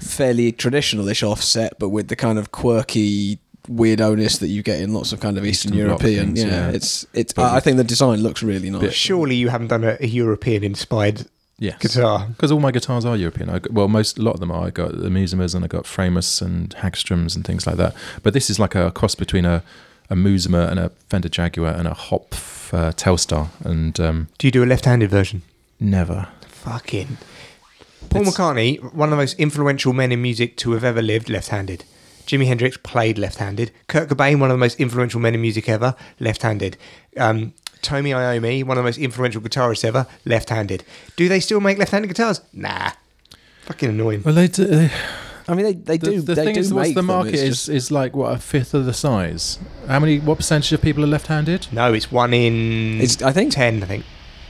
C: fairly traditional-ish offset, but with the kind of quirky weirdoness that you get in lots of kind of Eastern,
D: Eastern Bloc
C: European.
D: things,
C: yeah,
D: yeah.
C: it's it's. I I think the design looks really nice.
A: Surely you haven't done a, a European-inspired
D: Yes.
A: guitar.
D: Because all my guitars are European. I got, well, most a lot of them are. I got the Musimas and I got Framus and Hagstroms and things like that. But this is like a cross between a a Musima and a Fender Jaguar and a Hopf uh, Telstar. And um,
A: Do you do a left-handed version?
D: never.
A: Fucking Paul
D: It's-
A: McCartney, one of the most influential men in music to have ever lived, left-handed. Jimi Hendrix played left-handed. Kurt Cobain, one of the most influential men in music ever, left-handed. Um, Tommy Iommi, one of the most influential guitarists ever, left-handed. Do they still make left-handed guitars? Nah. Fucking annoying.
D: Well, they, do- they
C: I mean, they, they
D: the,
C: do.
D: the
C: they
D: thing
C: do
D: is, what's
C: make
D: the
C: them,
D: market
C: it's
D: is
C: just-
D: is like what a fifth of the size. How many? What percentage of people are left-handed?
A: No, it's one in.
C: It's- I think-
A: ten. I think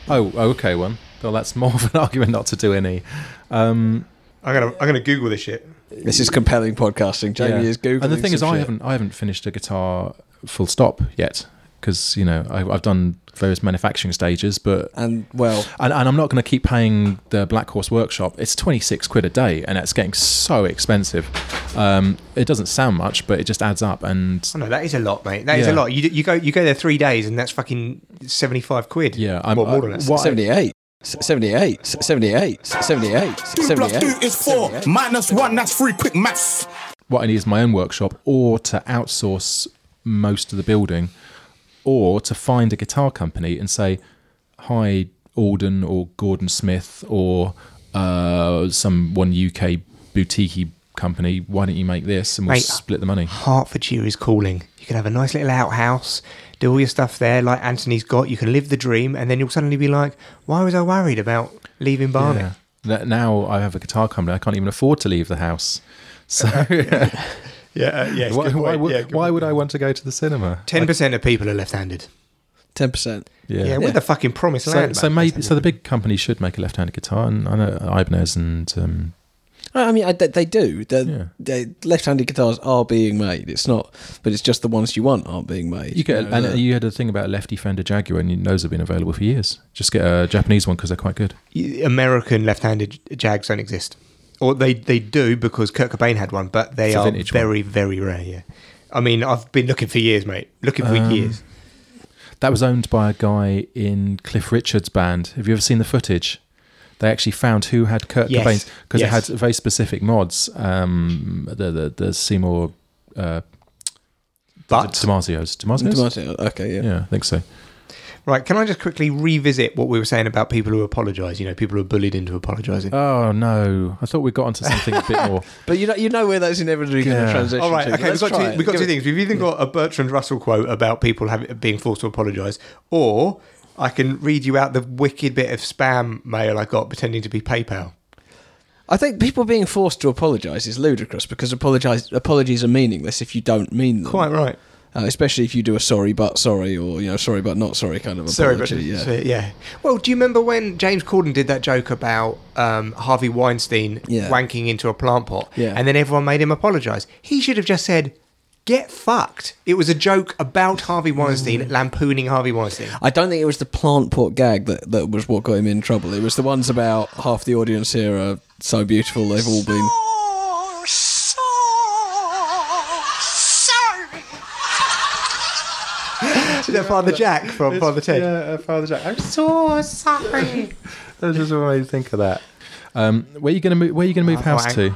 D: Oh, okay, one. Well, that's more of an (laughs) argument not to do any. Um,
A: I'm gonna I'm gonna Google this shit.
C: This is compelling podcasting. Jamie
D: yeah.
C: is googling.
D: And the thing is,
C: some
D: I
C: shit.
D: haven't I haven't finished a guitar full stop yet because you know I, I've done various manufacturing stages, but
C: And well,
D: and, and I'm not going to keep paying the Black Horse Workshop. It's 26 quid a day, and it's getting so expensive. Um, it doesn't sound much, but it just adds up. And
A: Oh no, that is a lot, mate. That is
D: Yeah.
A: a lot. You, you go you go there three days, and that's fucking seventy five quid.
D: yeah,
A: I'm,
D: I'm
A: well, more
D: I-
A: than that.
D: what
C: 78,
D: I-
C: 78, 78, 78, 78.
H: is four. Minus one, that's three. Quick maths.
D: what I need is my own workshop or to outsource most of the building or to find a guitar company and say, hi, Alden or Gordon Smith or uh, some one UK boutique company, why don't you make this and we'll
A: Mate,
D: split the money?
A: Hertfordshire is calling. You can have a nice little outhouse, do all your stuff there, like Anthony's got. You can live the dream, and then you'll suddenly be like, "Why was I worried about leaving Barnet?"
D: Yeah. That- Now I have a guitar company, I can't even afford to leave the house. So
A: Yeah, uh, yeah.
D: (laughs) why, why, would, why would I want to go to the cinema?
A: Ten percent of people are left-handed.
C: Ten percent.
A: Yeah, we're the fucking promised
D: So,
A: land.
D: so
A: mate.
D: maybe so the big companies should make a left-handed guitar, and I know Ibanez and um,
C: I I mean, I, they, they do. The
D: Yeah.
C: the left-handed guitars are being made. It's not, but it's just the ones you want aren't being made.
D: you get E
C: know,
D: and uh,
C: the-
D: you had a thing about lefty Fender Jaguar, and those have been available for years. Just get a Japanese one because they're quite good.
A: Y- American left-handed Jags don't exist, or they they do because Kurt Cobain had one, but they
D: It's a
A: are
D: vintage
A: very very rare. Yeah, I mean I've been looking for years, mate. Looking
D: Um,
A: for years.
D: That was owned by a guy in Cliff Richard's band. Have you ever seen the footage? They actually found who had Kurt
A: Yes.
D: Cobain's because
A: Yes.
D: it had very specific mods. Um, the the the Seymour uh,
A: But
D: Damasio's Damasio's.
C: Tomato- Okay, yeah.
D: yeah, I think so.
A: right, can I just quickly revisit what we were saying about people who apologise? You know, people who are bullied into apologising.
C: Uh,
D: Oh no, I thought we got onto something a (laughs) bit more.
C: But you know, you know where that's inevitably going to
D: Yeah.
C: transition.
A: All right,
C: to.
A: okay, we've
C: Let's
A: got,
C: try
A: two,
C: it.
A: we've got
C: Give
A: two
C: it-
A: things. We've either got a Bertrand Russell quote about people having, being forced to apologise, or I can read you out the wicked bit of spam mail I got pretending to be PayPal.
C: I think people being forced to apologise is ludicrous because apologise apologies are meaningless if you don't mean them.
A: Quite right.
C: Uh, especially if you do a sorry but sorry or you know sorry but not sorry kind of apology.
A: Sorry, but
C: yeah.
A: so, Well, do you remember when James Corden did that joke about um, Harvey Weinstein
C: Yeah.
A: wanking into a plant pot?
C: Yeah.
A: And then everyone made him apologise. He should have just said, "Get fucked." It was a joke about Harvey Weinstein lampooning Harvey Weinstein.
C: I don't think it was the plant port gag that, that was what got him in trouble. It was the ones about half the audience here are so beautiful they've
A: (laughs)
C: all been.
I: Oh, so sorry.
A: Their Father Jack from Father Ted.
D: uh, Father Jack. I just,
B: So sorry.
D: (laughs) that just what made me think of that. Oh, Um, where are you going to move? Where are you going to move
A: thought
D: house
A: I-
D: to?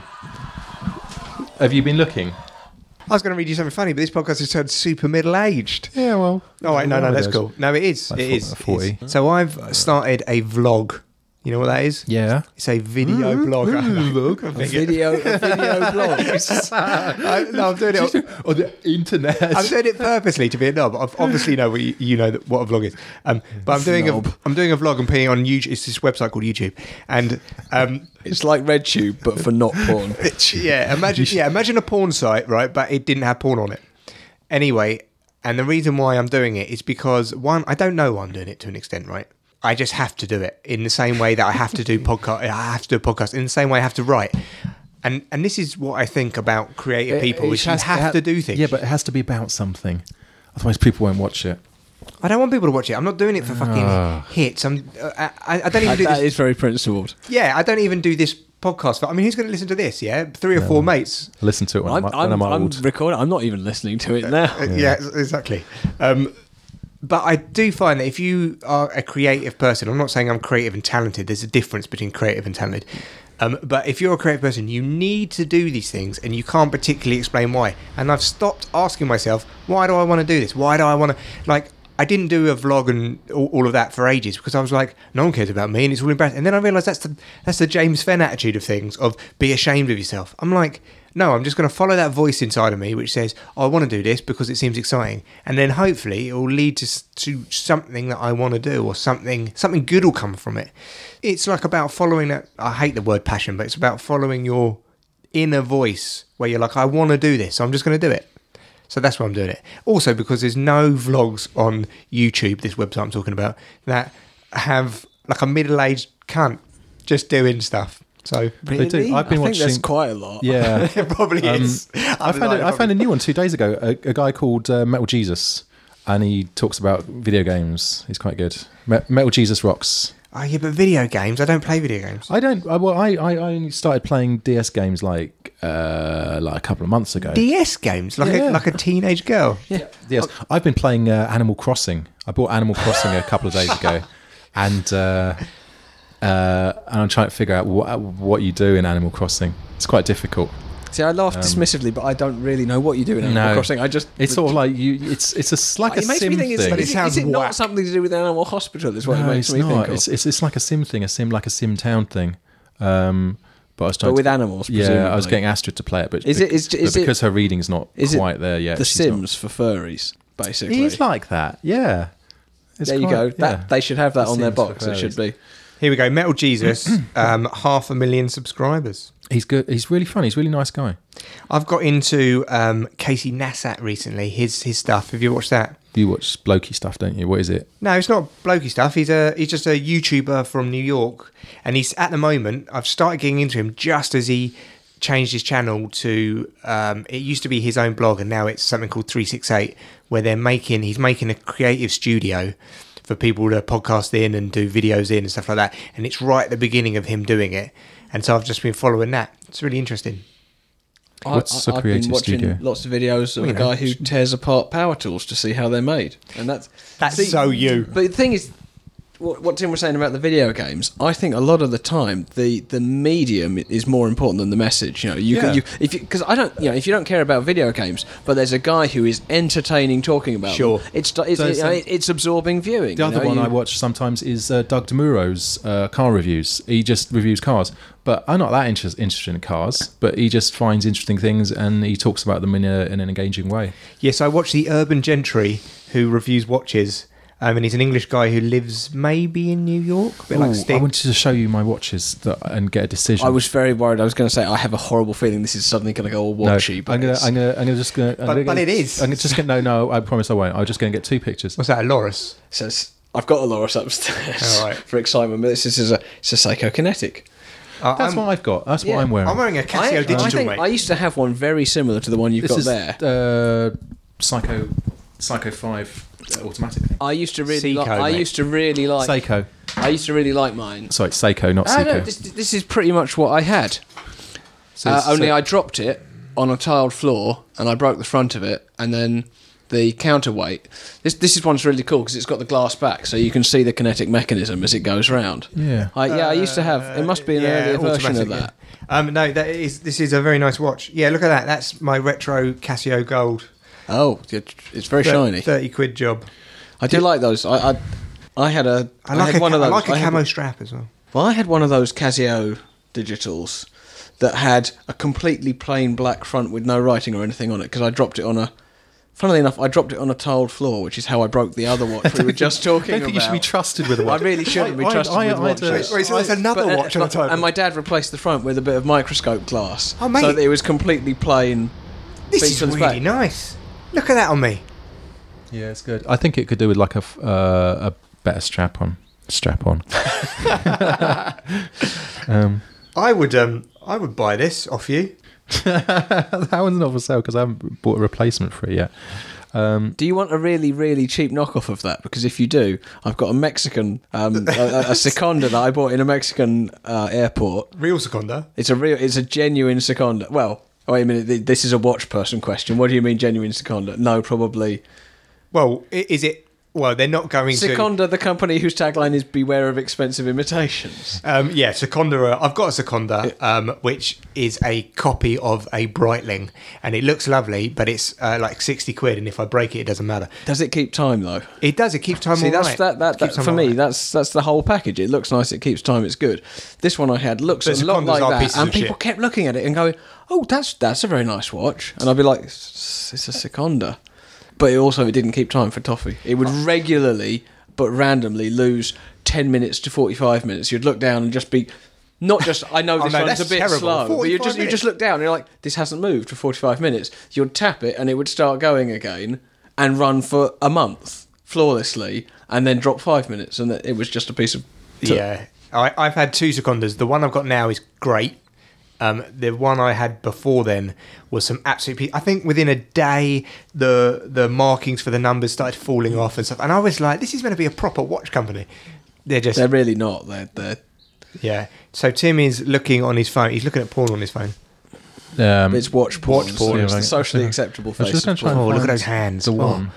D: Have you been looking?
A: I was going to read you something funny, but this podcast has turned super middle-aged.
D: Yeah, well.
A: Oh, wait, no, no, that's
D: Nowadays.
A: cool. No, it is.
D: Like
A: it
D: for-
A: is. it
D: 40.
A: is. So I've started a vlog. You know what that is?
D: Yeah. Mm-hmm.
A: It's a video (laughs) blog.
D: (laughs)
A: I think it-
C: Video, a video blog.
A: (laughs) I, no, I'm doing it.
D: (laughs) On the internet. (laughs)
A: I'm doing it purposely to be a knob. I obviously know what you, you know that, what a vlog is. Um, but I'm doing a,
C: Snob.
A: I'm doing a vlog and putting it on YouTube. It's this website called YouTube, and um,
C: It's like RedTube, but for not
A: (laughs)
C: porn.
A: it's- yeah, imagine yeah, imagine a porn site, right? But it didn't have porn on it. Anyway, and the reason why I'm doing it is because one, I don't know why I'm doing it to an extent, right? I just have to do it in the same way that I have to do podcast. I have to do a podcast in the same way I have to write. And and this is what I think about creative people: is you have to, do things.
D: Yeah, but it has to be about something. Otherwise, people won't watch it.
A: I don't want people to watch it. I'm not doing it for fucking hits. I'm. Uh, I, I don't even do
C: That
A: this.
C: is very principled.
A: yeah, I don't even do this podcast. For, I mean, who's going to listen to this? Yeah, three or four mates.
D: Listen to it when I'm,
C: I'm,
D: when I'm
C: I'm, I'm
D: old.
C: recording. I'm not even listening to it
A: Uh,
C: now.
A: yeah, ex- exactly. Um, but I do find that if you are a creative person, I'm not saying I'm creative and talented. There's a difference between creative and talented. Um, but if you're a creative person, you need to do these things, and you can't particularly explain why. And I've stopped asking myself, why do I want to do this? Why do I want to like? I didn't do a vlog and all, all of that for ages because I was like, no one cares about me, and it's all embarrassing. And then I realised that's the that's the James Fenn attitude of things of be ashamed of yourself. I'm like, no, I'm just going to follow that voice inside of me which says I want to do this because it seems exciting, and then hopefully it will lead to s- to something that I want to do or something something good will come from it. It's like about following that. I hate the word passion, but it's about following your inner voice where you're like, I want to do this, so I'm just going to do it. So that's why I'm doing it. Also, because there's no vlogs on YouTube, this website I'm talking about, that have like a middle aged cunt just doing stuff. So (laughs)
D: They do. I've
C: I
D: been
C: think
D: watching.
C: there's quite a lot.
D: (laughs) yeah,
A: it probably is.
D: Um, I found, a, I found a new one two days ago. A, a guy called uh, Metal Jesus, and he talks about video games. He's quite good. Me- Metal Jesus rocks.
A: Oh, yeah, but video games. I don't play video games.
D: I don't. I, well, I, I I only started playing DS games like uh, like a couple of months ago.
A: DS games, like a
D: Yeah.
A: like a teenage girl.
D: Yes,
C: Oh.
D: I've been playing uh, Animal Crossing. I bought Animal Crossing a couple of days
C: (laughs)
D: ago, and uh, uh, and I'm trying to figure out what what you do in Animal Crossing. It's quite difficult.
C: See, I laugh dismissively, but I don't really know what you do in Animal
D: Um, No.
C: Crossing. I just
D: It's sort of like you. It's it's a s- like a
C: it makes
D: sim
C: me think
D: thing.
C: it's,
A: It
C: is,
A: sounds
C: is it
A: whack.
C: not something to do with Animal Hospital? Is what it
D: no,
C: makes
D: it's
C: me think
D: not.
C: of.
D: It's, it's it's like a sim thing. A sim like a sim town thing. Um, but I was trying
C: but with
D: to,
C: animals,
D: yeah,
C: presumably.
D: I was getting Astrid to play it, but
C: Is it- is-
D: but
C: is it-
D: because her reading's not
C: Is it
D: quite there yet.
C: the
D: she's not-
C: Sims for furries, basically.
D: He's like that. Yeah. It's
C: there you
D: quite-
C: go.
D: yeah.
C: That they should have that
D: The
C: on their
D: Sims for
C: box. It
D: furries.
C: should be.
A: Here we go. Metal Jesus, um, half a million subscribers.
D: He's good. He's really fun. He's a really nice guy.
A: I've got into um, Casey Nassat recently. His his stuff. Have you watched that?
D: You watch blokey stuff, don't you? What is it?
A: No, it's not blokey stuff. He's a he's just a YouTuber from New York, and he's at the moment. I've started getting into him just as he changed his channel to. Um, it used to be his own blog, and now it's something called Three Six Eight, where they're making he's making a creative studio for people to podcast in and do videos in and stuff like that. And it's right at the beginning of him doing it, and so I've just been following that. It's really interesting.
D: What's a
C: I've
D: creative
C: been watching
D: studio?
C: lots of videos of
D: Oh,
A: Well,
C: a
A: you know.
C: guy who tears apart power tools to see how they're made, and that's
A: That's so you.
C: But the thing is, what, what Tim was saying about the video games, I think a lot of the time the the medium is more important than the message. You know, you
D: Yeah.
C: can you if because I don't you know if you don't care about video games, but there's a guy who is entertaining talking about. them,
A: Sure.
C: it's it's,
D: Does
C: you know,
D: some-
C: it's, absorbing viewing.
D: The
C: you
D: other
C: know,
D: one
C: you-
D: I watch sometimes is uh, Doug DeMuro's uh, car reviews. He just reviews cars, but I'm not that interest, interested in cars. But he just finds interesting things and he talks about them in, a, in an engaging way.
A: Yes, I watch the Urban Gentry who reviews watches. Um, and he's an English guy who lives maybe in New York, a bit
D: Ooh,
A: like Sting.
D: I wanted to show you my watches that, and get a decision.
C: I was very worried. I was going to say I have a horrible feeling this is suddenly going to go all
D: No,
C: watchy. but
D: Uh, I'm gonna,
C: it's-
D: I'm gonna, I'm gonna just gonna. I'm
A: But-
D: gonna
A: but
D: get-
A: it is.
D: I'm just gonna. No, no. I promise I won't. I'm just gonna get two pictures.
A: What's that, a Loris?
C: says I've got a Loris upstairs
A: All right.
C: (laughs) for excitement. But this is a it's a psychokinetic.
A: Uh,
D: That's
A: I'm,
D: what I've got. That's
C: yeah,
D: what I'm wearing.
A: I'm wearing a
C: I,
A: Casio
C: I
A: digital,
C: think
A: mate.
C: I used to have one very similar to the one you've
D: this
C: got
D: is
C: there.
D: Uh, Psycho, Psycho Five uh, automatic thing.
C: I used to really
A: Seiko,
C: like. I
A: mate.
C: used to really like.
D: Seiko.
C: I used to really like mine.
D: Sorry, Seiko, not
C: Ah,
D: Seiko.
C: no, this, this is pretty much what I had.
D: So
C: Uh,
D: it's-
C: only
D: so-
C: I dropped it on a tiled floor and I broke the front of it, and then the counterweight. This this is one's really cool because it's got the glass back, so you can see the kinetic mechanism as it goes round.
D: Yeah.
C: I, yeah. I used to have. It must be an earlier version of
A: Uh, automatic,
C: that.
A: yeah. Um, no, that is this is a very nice watch. Yeah, look at that. That's my retro Casio gold.
C: Oh, it- it's very
A: Thir-
C: shiny.
A: Thirty quid job.
C: I do like those. I I, I had a.
A: I like
C: had
A: a,
C: one of
A: I
C: those.
A: like a
C: I had-
A: camo strap as well.
C: Well, I had one of those Casio digitals that had a completely plain black front with no writing or anything on it because I dropped it on a. Funnily enough, I dropped it on a tiled floor, which is how I broke the other watch we
A: (laughs)
C: were just talking
D: I don't think
C: about.
D: you should be trusted
C: (laughs)
D: with a
C: I
D: watch.
C: really shouldn't be trusted
D: I- I-
C: with
D: I-
C: watches.
A: Wait, so there's another
C: But- uh,
A: watch on the table.
C: And my dad replaced the front with a bit of microscope glass,
A: Oh, mate.
C: so that it was completely plain.
A: This
C: Beats
A: is
C: on the
A: really
C: back.
A: nice. Look at that on me.
D: Yeah, it's good. I think it could do with like a f- uh, a better strap on.
C: (laughs)
D: Strap on.
A: I would um I would buy this off you.
D: that one's not for sale because I haven't bought a replacement for it yet.
C: Do you want a really, really cheap knockoff of that? Because if you do, I've got a Mexican, um, a, a- a Seconda that I bought in a Mexican uh, airport.
A: Real Seconda.
C: It's a real, it's a genuine Seconda. Well, wait a minute. th- This is a watch person question. What do you mean genuine Seconda? No, probably
A: Well, i- is it? Well, they're not going to.
C: Seconda, the company whose tagline is "Beware of expensive imitations."
A: Um, yeah, Seconda. uh, I've got a Seconda, um, which is a copy of a Breitling, and it looks lovely, but it's uh, like sixty quid, and if I break it, it doesn't matter.
C: Does it keep time though?
A: It does. It keeps time.
C: See,
A: all right.
C: that's that, that,
A: It keeps time
C: that for
A: all
C: me.
A: right.
C: That's that's the whole package. It looks nice. It keeps time. It's good. This one I had looks
A: But
C: a lot
A: Secondas
C: like
A: are
C: that,
A: pieces
C: and
A: of
C: people
A: shit.
C: kept looking at it and going, "Oh, that's that's a very nice watch," and I'd be like, "S- "It's a Seconda," but it also it didn't keep time for toffee. It would regularly, but randomly, lose ten minutes to forty-five minutes. You'd look down and just be. Not just I
A: (laughs)
C: know
A: Oh,
C: this
A: no,
C: one's a
A: that's
C: bit
A: terrible.
C: slow, but you
A: 45
C: just you
A: minutes.
C: just look down and you're like, this hasn't moved for 45 minutes. You'd tap it and it would start going again and run for a month flawlessly and then drop five minutes. And it was just a piece of. t-
A: Yeah, I, I've had two Secondas. The one I've got now is great. Um, the one I had before then was some absolute. Pe- I think within a day, the the markings for the numbers started falling off and stuff. And I was like, "This is going to be a proper watch company." They're just
C: They're really not. They're, they're,
A: yeah. So Tim is looking on his phone. He's looking at porn on his phone.
D: Um,
C: it's watch porn.
A: Watch porn.
C: It's
D: Yeah,
C: the
D: right.
C: socially
D: Yeah.
C: acceptable
D: I was
C: face.
D: just
C: of
D: gonna try and
C: porn.
A: Oh, look at
D: find
A: those hands.
D: The
A: Oh.
D: one.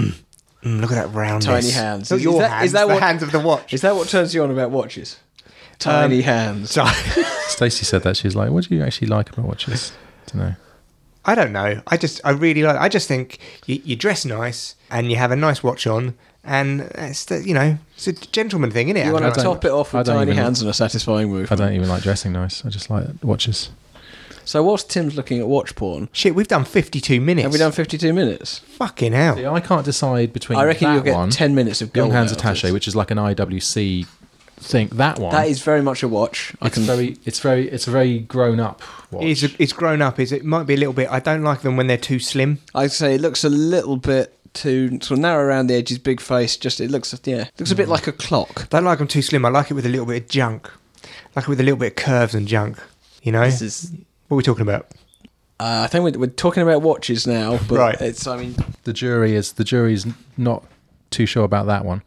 A: Mm, look at that roundness.
C: Tiny hands.
A: Not
C: Is
A: your
C: that-
A: hands.
C: is that
A: the
C: what-
A: hands of the watch.
C: Is that what turns you on about watches?
D: Um,
C: Tiny hands.
A: So-
D: Stacey said that she's like, "What do you actually like about watches?" Don't know.
A: (laughs) I don't know. I just, I really like. I just think you, you dress nice and you have a nice watch on, and it's the, you know, it's a gentleman thing, isn't it?
C: You want to
D: don't-
C: top it off with
D: I don't
C: tiny
D: even-
C: hands and a satisfying move.
D: I don't even like dressing nice. I just like watches.
C: So, whilst Tim's looking at watch porn,
A: Shit, we've done fifty-two minutes.
C: have we done 52 minutes?
A: Fucking hell.
D: I can't decide between.
C: I reckon
D: that
C: you'll get
D: one,
C: 10 minutes of
D: Young
C: gold
D: Hands
C: out of
D: Attaché,
C: this.
D: which is like an IWC thing. That one.
C: That is very much a watch. I
D: It's
C: can
D: very. It's very. It's a very grown up watch.
A: It's, it's grown up. Is it might be a little bit. I don't like them when they're too slim.
C: I'd say it looks a little bit too sort of narrow around the edges, big face. Just it looks, yeah, looks a
A: Hmm.
C: bit like a clock.
A: Don't like them too slim. I like it with a little bit of junk, like it with a little bit of curves and junk. You know,
C: This is.
A: what are we talking about?
C: Uh, I think we're, we're talking about watches now, but
A: Right.
C: it's. I mean,
D: the jury is the jury's not too sure about that one.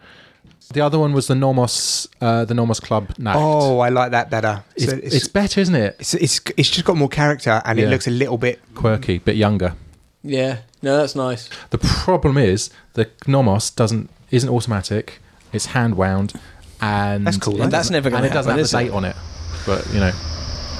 D: The other one was the Normos, uh, the Normos Club Nacht.
A: Oh, I like that better.
D: it's,
A: So
D: it's better, isn't it?
A: it's, it's it's just got more character and
D: Yeah.
A: it looks a little bit
D: Quirky, but younger.
C: yeah, no, that's nice.
D: The problem is the Nomos doesn't isn't automatic. It's hand wound, and
A: That's cool, though.
D: it doesn't-
C: That's never gonna
D: And it doesn't
C: happen,
D: have the
C: is
D: date
C: it?
D: on it, but you know.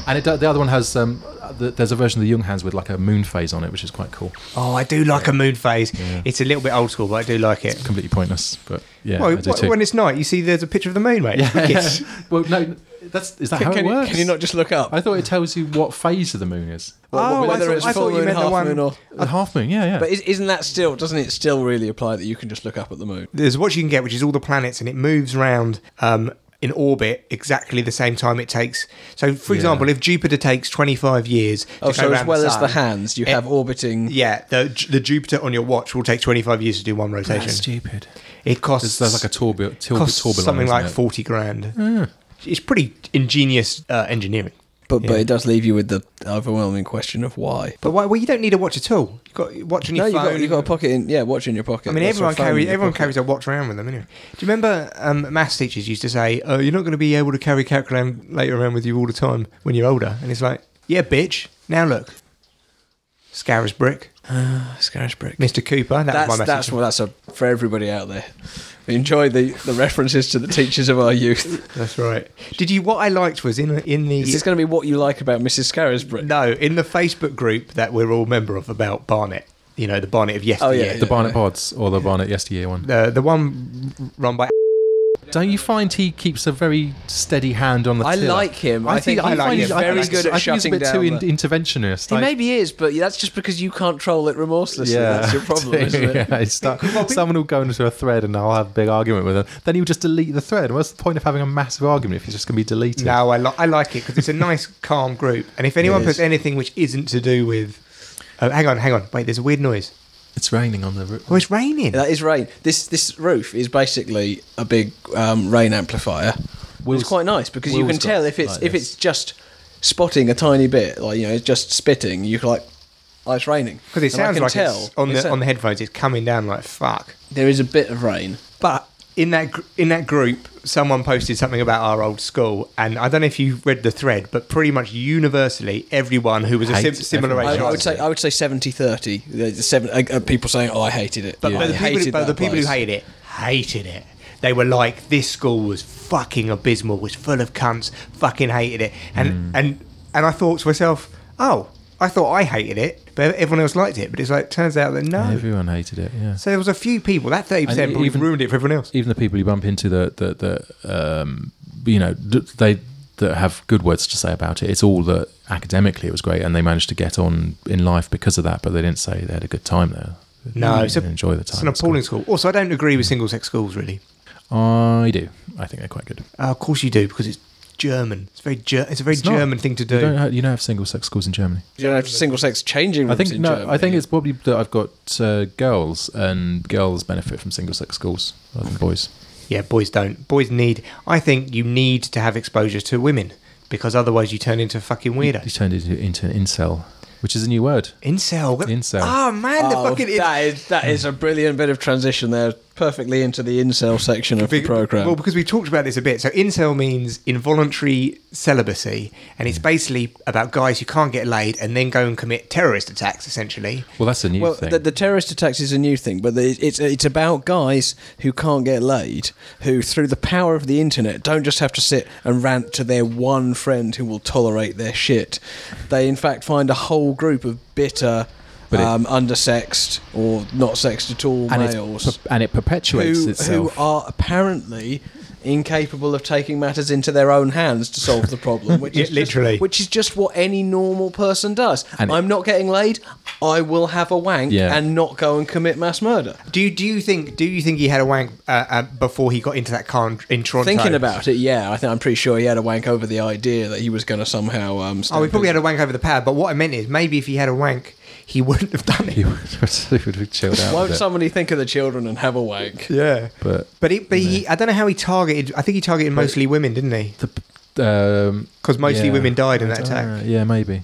D: And it, do- the other one has um, the, there's a version of the Young Hands with like a moon phase on it, which is quite cool.
A: Oh, I do like a moon phase. It's a little bit old school, but I do like it.
D: Completely pointless, but yeah,
A: well,
D: I do
A: wh-
D: too.
A: when it's night, you see there's a picture of the moon,
D: (laughs)
A: mate. Yes.
D: well, no, that's is that how
C: can,
D: it
C: you,
D: works?
C: can you not just look up?
D: I thought it tells you what phase of the moon is.
A: Oh,
C: whether
A: I
C: it's
A: thought- I
C: full
A: thought you
C: moon,
A: meant the
C: half
A: one-
C: moon, or.
D: The half moon, yeah, yeah.
C: But is, isn't that still? Doesn't it still really apply that you can just look up at the moon?
A: There's what you can get, which is all the planets, and it moves around um, in orbit exactly the same time it takes. So, for example, if Jupiter takes 25 years, to
C: Oh,
A: go
C: so as
A: round
C: well as the
A: sun,
C: hands, you
A: it-
C: have orbiting.
A: Yeah, the, Ju- the Jupiter on your watch will take 25 years to do one rotation.
D: stupid.
A: It costs
D: There's, there's like a torbu- torbu-
A: costs
D: tourbillon,
A: something
D: isn't
A: like
D: it?
A: 40 grand. It's pretty ingenious uh, engineering.
C: But but it does leave you with the overwhelming question of why.
A: But why, well, you don't need a watch at all. You've got a watch on your
C: No, you
A: phone.
C: got you got a pocket in. Yeah, watch in your pocket.
A: I mean,
C: That's a
A: everyone
C: phone in
A: carries
C: your
A: everyone
C: pocket.
A: carries a watch around with them anyway. Do you remember um, maths teachers used to say, "Oh, you're not going to be able to carry a calculator around with you all the time when you're older," and it's like, "Yeah, bitch." Now look, Scaris Brick,
C: Scarish brick.
A: Mr. Cooper. That
C: That's
A: was my
C: that's
A: message.
C: well, that's a, for everybody out there. Enjoy the, the references to the teachers of our youth.
A: That's right. Did you? What I liked was in in the
C: Is this going to be what you like about Mrs. Scarisbury?
A: no in the Facebook group that we're all member of about Barnet. You know, the Barnet of yesteryear.
C: Oh, yeah,
D: The Barnet Pods or the Barnet Yesteryear one.
A: The, the one run by
D: Don't you find he keeps a very steady hand on the
C: I
D: tiller?
C: like him. I, think,
A: I
C: he-
A: like
D: find
A: him.
C: he's
A: I
C: very
A: think
C: good at
D: I think he's a
C: shutting
D: bit
C: down.
D: too
C: the-
D: in- interventionist.
C: he
D: Like-
C: maybe is, but that's just because you can't troll it remorselessly. That's your (laughs)
D: (laughs)
C: problem, isn't it?
D: Yeah, it's
C: (laughs)
D: not- someone will go into a thread and I'll have a big argument with them. Then he'll just delete the thread. What's the point of having a massive argument if he's just going to be deleted?
A: No, I, li- I like it because it's a (laughs) nice, calm group. And if anyone
C: It
A: puts
C: is.
A: anything which isn't to do with, oh, hang on, hang on, wait, there's a weird noise.
D: It's raining on the roof.
A: Oh, it's raining.
C: That is rain. This this roof is basically a big um, rain amplifier.
D: Will's-
C: it's quite nice because you
D: Will's
C: can tell
D: got
C: if it's
D: like
C: if
D: this.
C: it's just spotting a tiny bit, like you know, it's just spitting. You can like it's raining.
A: Because it
C: And I
A: sounds
C: can
A: like
C: tell
A: it's on
C: it's
A: the
C: a-
A: on the headphones. It's coming down like fuck.
C: there is a bit of rain.
A: But in that gr- in that group, someone posted something about our old school, and I don't know if you read the thread, but pretty much universally, everyone who was a sim-
D: Hates
A: similar
D: everyone.
A: race.
C: I, I
A: as
C: would
A: us-
C: say I would say 70-30. There's Seven uh, uh, people saying, "Oh, I hated it."
A: but,
C: I
A: but the people, who-
C: hated
A: but the
C: that
A: people who
C: place.
A: hated it hated it. They were like, this school was fucking abysmal, was full of cunts, fucking hated it,
D: Hmm.
A: and and and I thought to myself, oh, I thought I hated it, but everyone else liked it. But it's like turns out that no.
D: Everyone hated it. Yeah.
A: so there was a few people. That thirty
D: And
A: percent probably
D: even-
A: ruined it for everyone else.
D: even the people you bump into that that that um, you know d- they that have good words to say about it. It's all that academically it was great, and they managed to get on in life because of that. But they didn't say they had a good time there.
A: No,
D: They
A: it's a,
D: didn't enjoy the
A: It's
D: time.
A: an
D: at school.
A: appalling school. Also, I don't agree with single-sex schools really.
D: I do. I think they're quite good.
A: Uh, of course you do because it's German. It's very ger- it's a very
D: It's not-
A: German thing to
D: You don't
A: do.
D: have, you don't have single sex schools in Germany.
C: You don't have single-sex changing
D: I
C: rooms.
D: think
C: in
D: no. I
C: Germany.
D: think it's probably that I've got uh, girls, and girls benefit from single sex schools rather than boys.
A: Yeah, boys don't. Boys need. I think you need to have exposure to women because otherwise you turn into a fucking
D: He (laughs)
A: weirdo.
D: turned it into an incel, which is a new word.
A: Incel.
D: Incel.
A: Oh man, the
C: Oh,
A: fucking. in-
C: that is that is a brilliant bit of transition there, perfectly into the incel section of the
A: Big-
C: program.
A: Well, because we talked about this a bit. So incel means involuntary celibacy, and
D: Mm.
A: it's basically about guys who can't get laid and then go and commit terrorist attacks, essentially.
D: Well, that's a new
C: well,
D: thing.
C: the, the terrorist attacks is a new thing, but the, it's it's about guys who can't get laid, who through the power of the internet don't just have to sit and rant to their one friend who will tolerate their shit. They in fact find a whole group of bitter,
D: But it-
C: um, undersexed or not sexed at all
D: and,
C: males
D: it's, and it perpetuates
C: who, who
D: itself. (laughs)
C: are apparently incapable of taking matters into their own hands to solve the problem,
D: (laughs)
C: which
A: Yeah,
C: is just-
A: literally.
C: which is just what any normal person does.
D: And it-
C: I'm not getting laid. I will have a wank
D: Yeah.
C: and not go and commit mass murder.
A: Do you, do you think do you think he had a wank uh, uh, before he got into that car in- in Toronto?
C: Thinking about it, yeah, I think I'm pretty sure he had a wank over the idea that he was going to somehow. Um,
A: Oh, he
C: stamp
A: probably had
C: his-
A: a wank over the pad, but what I meant is maybe if he had a wank, he wouldn't have done
D: he
A: it.
D: would he would have (laughs) chilled out.
C: Won't
D: with it.
C: somebody think of the children and have a wank?
A: (laughs) Yeah.
D: But
A: But, he, but he, I don't know how he targeted. I think he targeted mostly women, didn't he?
D: the um,
A: 'Cause mostly women died in that
D: Uh,
A: attack.
D: yeah, maybe,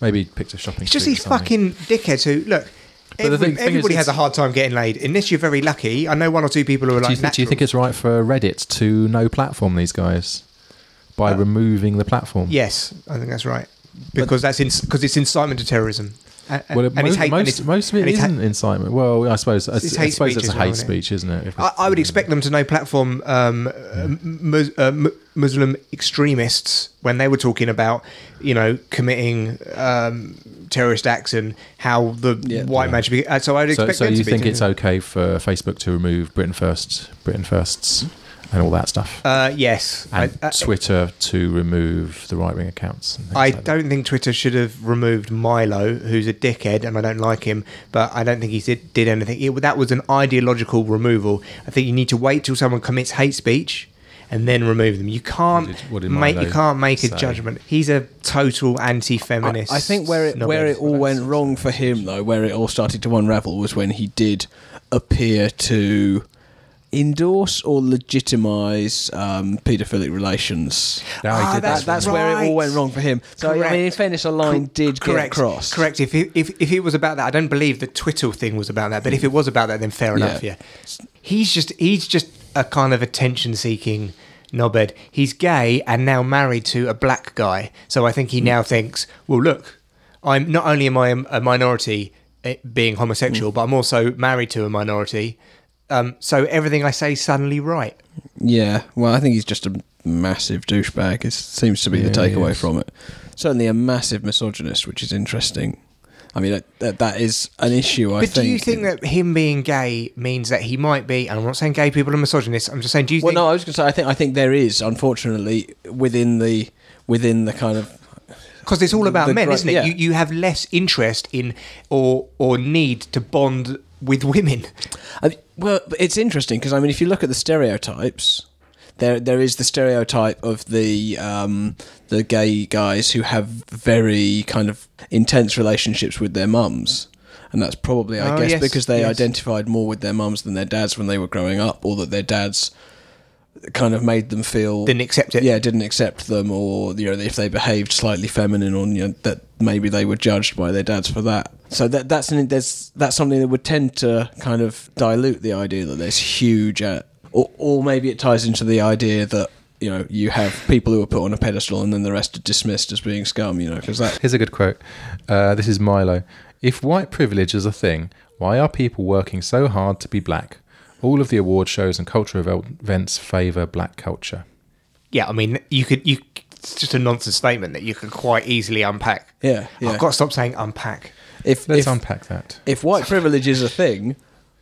D: maybe he picked a shopping.
A: It's just
D: street
A: these
D: or something.
A: fucking dickheads who look.
D: But the
A: every-
D: thing- thing is,
A: everybody has a
D: it's-
A: hard time getting laid. Unless you're very lucky, I know one or two people who are
D: Do you,
A: like.
D: think, do you think
A: naturals.
D: it's right for Reddit to no platform these guys
A: Uh,
D: by removing the platform?
A: Yes, I think that's right because that's because it's incitement to terrorism. A- a-
D: Well, it,
A: and it's
D: most,
A: hate, and
D: most,
A: it's-
D: most of it
A: and it's ha-
D: isn't incitement. Well, I suppose I,
A: It's
D: I
A: hate
D: suppose
A: speech
D: it's
A: as
D: a
A: well,
D: hate
A: isn't it?
D: speech, isn't it? If
A: I,
D: it's-
A: I would expect them to no platform um, uh, mus- uh, mu- Muslim extremists when they were talking about, you know, committing um, terrorist acts and how the
C: Yeah.
A: white man should be. uh, So I'd
D: So,
A: expect
D: so
A: them
D: you
A: to
D: think
A: be,
D: it's okay for Facebook to remove Britain First, Britain Firsts, and all that stuff,
A: Uh, yes. I,
D: and
A: I,
D: Twitter to remove the right wing accounts? And things
A: I
D: like that?
A: don't think Twitter should have removed Milo, who's a dickhead, and I don't like him, but I don't think he did, did anything. It, that was an ideological removal. I think you need to wait till someone commits hate speech. And then remove them. You can't
D: What did- what did
A: make. You
D: Milo
A: can't make a
D: say?
A: judgment. He's a total anti-feminist.
C: I, I think where it where it all went wrong for him though, where it all started to unravel, was when he did appear to endorse or legitimise um, paedophilic relations.
D: No, he
A: Ah,
D: did that.
A: That's
C: That- that's where it
A: right.
C: all went wrong for him. So I mean, in
A: Correct.
C: fairness, a line did
A: correct,
C: get crossed.
A: Correct. If it, if if it was about that, I don't believe the Twitter thing was about that. But if it was about that, then fair
C: Yeah.
A: enough. Yeah. He's just he's just a kind of attention seeking knobhead. He's gay and now married to a black guy. So I think
C: Hmm.
A: he now thinks, well, look, I'm not only am I a minority eh, being homosexual,
C: Hmm.
A: but I'm also married to a minority. Um, so everything I say is suddenly right.
C: Yeah. Well, I think he's just a massive douchebag. It seems to be the
D: Yeah, he
C: takeaway
D: is.
C: from it. Certainly a massive misogynist, which is interesting. I mean, that that, that is an issue. I
A: But
C: think.
A: do you think that him being gay means that he might be? And I'm not saying gay people are misogynists. I'm just saying, do you
C: Well,
A: think?
C: no, I was going to say. I think I think there is, unfortunately, within the within the kind of
A: because it's all about
C: The
A: men,
C: gro-
A: isn't it?
C: yeah.
A: You, you have less interest in or or need to bond with women.
C: I mean, well, but it's interesting because I mean, if you look at the stereotypes, there there is the stereotype of the um, the gay guys who have very kind of intense relationships with their mums. And that's probably, I
A: Oh,
C: guess,
A: yes,
C: because they
A: yes.
C: identified more with their mums than their dads when they were growing up, or that their dads kind of made them feel
A: Didn't accept it.
C: Yeah, didn't accept them, or you know, if they behaved slightly feminine, or you know, that maybe they were judged by their dads for that. So that that's an, there's that's something that would tend to kind of dilute the idea that there's huge, uh, or or maybe it ties into the idea that. You know, you have people who are put on a pedestal, and then the rest are dismissed as being scum. You know, because that
D: Here's a good quote. Uh, this is Milo. If white privilege is a thing, why are people working so hard to be black? All of the award shows and cultural ev- events favour black culture.
A: (laughs) Yeah, I mean, you could you. It's just a nonsense statement that you could quite easily unpack.
C: Yeah, yeah.
A: I've got to stop saying unpack.
C: if
D: Let's
C: if,
D: unpack that.
C: if
A: (laughs)
C: white privilege is a thing,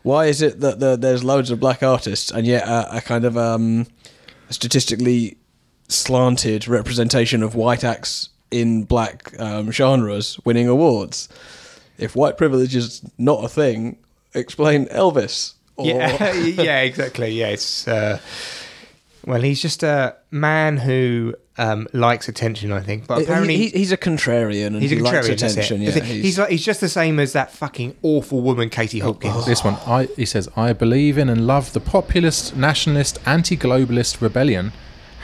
C: why is it that the, there's loads of black artists and yet a, a kind of um, statistically slanted representation of white acts in black um, genres winning awards? If white privilege is not a thing, explain Elvis. Or, (laughs)
A: Yeah, (laughs) yeah, exactly. Yeah, it's uh, well, he's just a man who um, likes attention, I think. But
C: He-
A: apparently,
C: he, he's a contrarian and
A: he's
C: he
A: a
C: likes
A: contrarian. that's it.
C: attention. Yeah,
A: That's it. he's, like he's just the same as that fucking awful woman, Katie Hopkins.
D: This one, I, he says, I believe in and love the populist, nationalist, anti globalist rebellion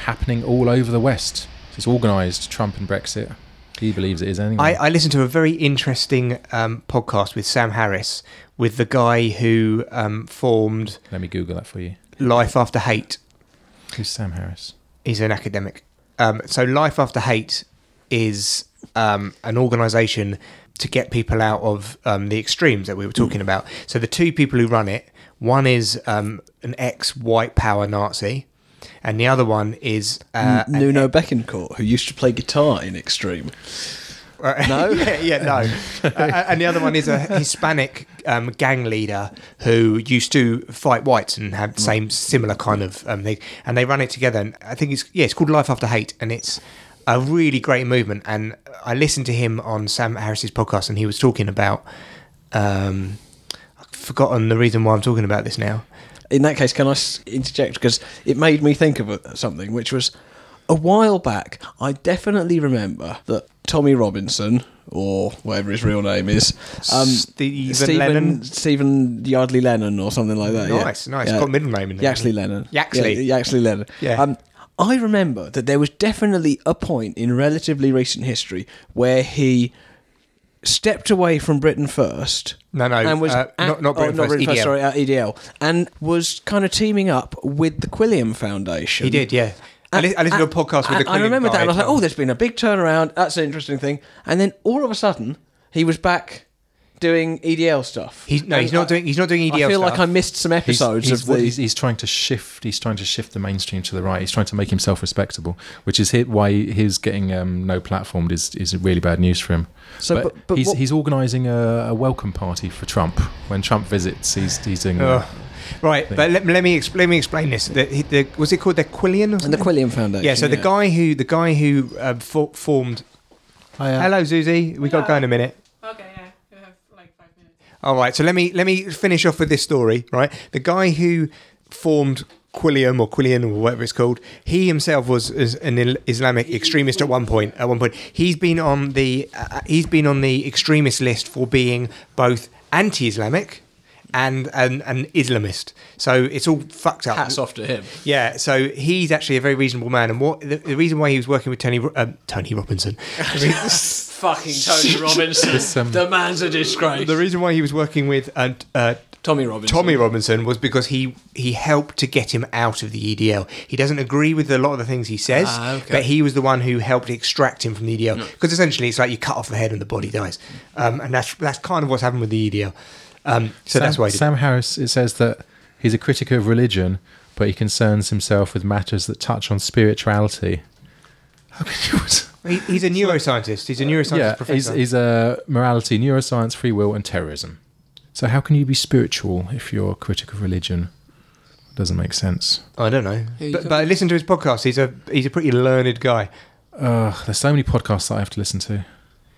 D: happening all over the West. It's organised, Trump and Brexit. He believes it is anyway.
A: I, I listened to a very interesting um, podcast with Sam Harris, with the guy who um, formed
D: Let me Google that for you.
A: Life After Hate.
D: Who's Sam Harris?
A: He's an academic. Um, so Life After Hate is um, an organisation to get people out of um, the extremes that we were talking about. So the two people who run it, one is um, an ex-white power Nazi, and the other one is uh, an
C: Nuno Betancourt, who used to play guitar in Extreme.
A: No, (laughs) yeah, yeah,
C: (laughs)
A: no. Uh, and the other one is a Hispanic um, gang leader who used to fight whites and
C: Mm.
A: had the same similar kind of um, thing. And they run it together. And I think it's yeah, it's called Life After Hate, and it's a really great movement. And I listened to him on Sam Harris's podcast, and he was talking about. Um, I've forgotten the reason why I'm talking about this now.
C: in that case, can I s- interject? Because it made me think of a- something, which was a while back. I definitely remember that Tommy Robinson, or whatever his real name is, um,
A: Stephen Lennon?
C: Stephen Yardley Lennon, or something like that. Uh, yeah.
A: Nice, nice.
C: Yeah.
A: Got a middle name in there.
C: Yaxley Lennon.
A: Yaxley.
C: Yeah, Yaxley Lennon.
A: Yeah.
C: Um, I remember that there was definitely a point in relatively recent history where he stepped away from Britain first.
A: No, no,
C: and was
A: uh,
C: at-
A: not- not Britain
C: oh,
A: First, EDL.
C: sorry, uh, EDL, and was kind of teaming up with the Quilliam Foundation.
A: He did, yeah. I, li- I listened to a podcast with
C: and
A: the.
C: Uh, I
A: Quillian
C: remember that,
A: guy
C: and I was like,
A: as well.
C: "Oh, there's been a big turnaround. That's an interesting thing." And then all of a sudden, he was back doing EDL stuff.
A: He's- no,
C: And
A: he's not
C: I-
A: doing- he's not doing EDL
C: I feel like
A: stuff.
C: I missed some
D: He's,
C: episodes
D: he's,
C: of
D: what
C: the.
D: he's, he's trying to shift. He's trying to shift the mainstream to the right. He's trying to make himself respectable, which is hit why his getting um, no platformed is is really bad news for him.
C: So,
D: but,
C: but- but
D: he's
C: what-
D: he's organising a, a welcome party for Trump when Trump visits. He's he's doing. that.
A: Right, but let, let me explain. Let me explain this. The, the, was it called the Quillian or
C: and the
A: something?
C: Quilliam Foundation.
A: Yeah. So the guy who the guy who uh, fo- formed. Hello, Zuzi. We got to go in a minute.
J: Okay, yeah. You have like five minutes.
A: All right. So let me let me finish off with this story. Right, the guy who formed Quilliam or Quillian or whatever it's called, he himself was is an Il- Islamic extremist at one point. At one point, he's been on the uh, he's been on the extremist list for being both anti-Islamic and an, an Islamist. So it's all fucked up.
C: hats off to him.
A: Yeah, so he's actually a very reasonable man, and what the, the reason why he was working with Tony Ro- um, Tony
C: (laughs)
A: Robinson, (laughs) the, reason,
C: Fucking Tony Robinson.
D: um,
C: the man's a disgrace.
A: the reason why he was working with uh, uh,
C: Tommy Robinson.
A: Tommy Robinson was because he he helped to get him out of the EDL. He doesn't agree with a lot of the things he says,
C: Ah, okay. Hmm.
A: but he was the one who helped extract him from the E EDL because essentially it's like you cut off the head and the body dies, um, and that's that's kind of what's happened with the EDL. Um, so
D: Sam,
A: that's why he did
D: Sam Harris. It says that he's a critic of religion, but he concerns himself with matters that touch on spirituality. How can you? (laughs)
A: He, he's a neuroscientist. He's a neuroscientist
D: yeah,
A: professor.
D: is is uh, morality, neuroscience, free will, and terrorism. So how can you be spiritual if you're a critic of religion? Doesn't make sense.
A: I don't know,
C: you
A: but,
C: go.
A: but I listen to his podcast. He's a he's a pretty learned guy.
D: Ugh, there's so many podcasts that I have to listen to.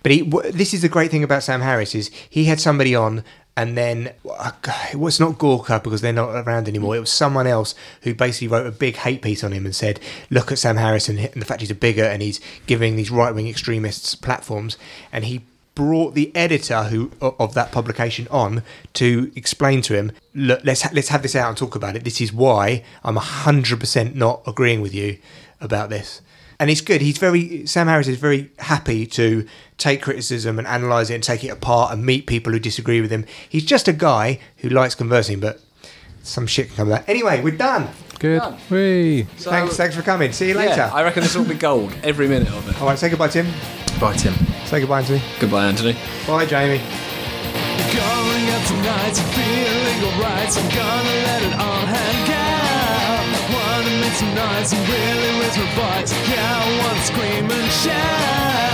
A: But he, w- this is the great thing about Sam Harris is he had somebody on, and then uh, it was not Gorka because they're not around anymore. It was someone else who basically wrote a big hate piece on him and said, "Look at Sam Harris and, and the fact he's a bigot and he's giving these right wing extremists platforms." And he brought the editor who o- of that publication on to explain to him, look, let's ha- let's have this out and talk about it. This is why I'm hundred percent not agreeing with you about this. And it's good. He's very Sam Harris is very happy to take criticism and analyze it and take it apart and meet people who disagree with him. He's just a guy who likes conversing, but some shit can come of that. Anyway, we're done.
D: Good. Whee.
A: thanks, thanks for coming. See you later.
C: Yeah, I reckon this will be gold every minute of it.
A: All right, say goodbye, Tim.
C: Bye, Tim.
A: Say goodbye, Anthony.
C: Goodbye, Anthony.
A: Bye, Jamie.
K: Going up tonight's feeling alright, so I'm gonna let it all hang out. Wanna make some noise and really raise my voice. Yeah, I wanna scream and shout.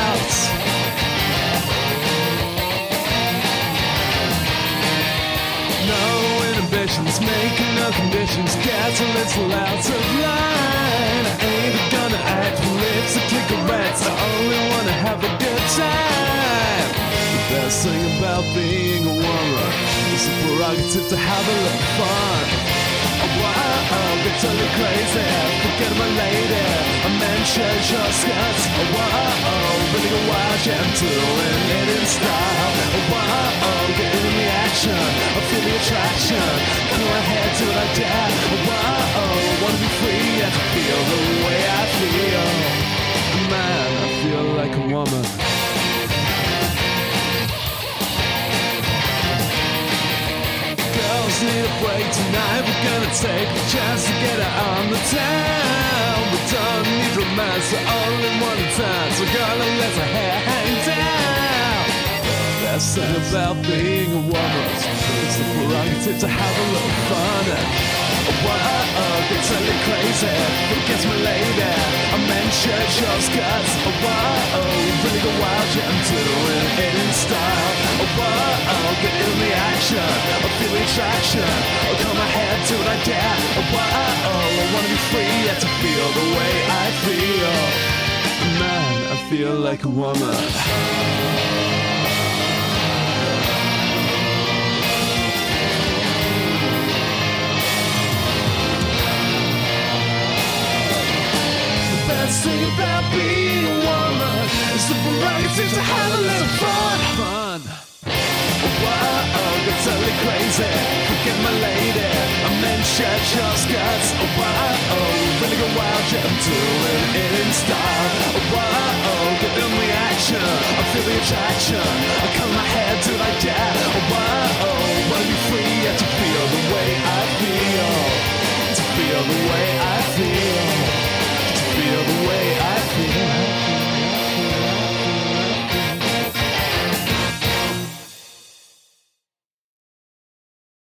K: No inhibitions, making no conditions, gasolines full out of line. I ain't gonna act, lips are click a rats. I only wanna have a good time. The best thing about being a woman is the prerogative to have a little fun. Oh, wow, bitch, I'm crazy. Forget my lady. A man shares your skirts. Oh, wow, really go wild, yeah, I'm doing it in style. Oh, wow, getting in the action. I feel the attraction. Go ahead, do what I dare. Oh, wow, wanna be free. I can feel the way I feel. Man, I feel like a woman. Girls need a break tonight. We're gonna take a chance to get out on the town. We don't need romance, we only want a dance. We're gonna let our hair hang down. Best thing about being a woman is the prerogative to have a little fun. Whoa, they tell you crazy. Forget my lady. I meant shirt, your skirts. Whoa, really go wild, yeah, I'm doing it in style. Whoa, get in the action. I feel the attraction. I'll come ahead, do what I dare. Whoa, I wanna be free, yet to feel the way I feel. Man, I feel like a woman. The best thing about being a woman is the prerogative to have a little fun. Fun. Whoa, you're totally crazy. Forget my lady. I meant shirt, your skirts. Whoa, really go wild, yeah, I'm doing it in style. Whoa, get in the action. I feel the attraction. I cut my hair till I dare. Whoa, wanna be free, yeah, to feel the way I feel. To feel the way I feel.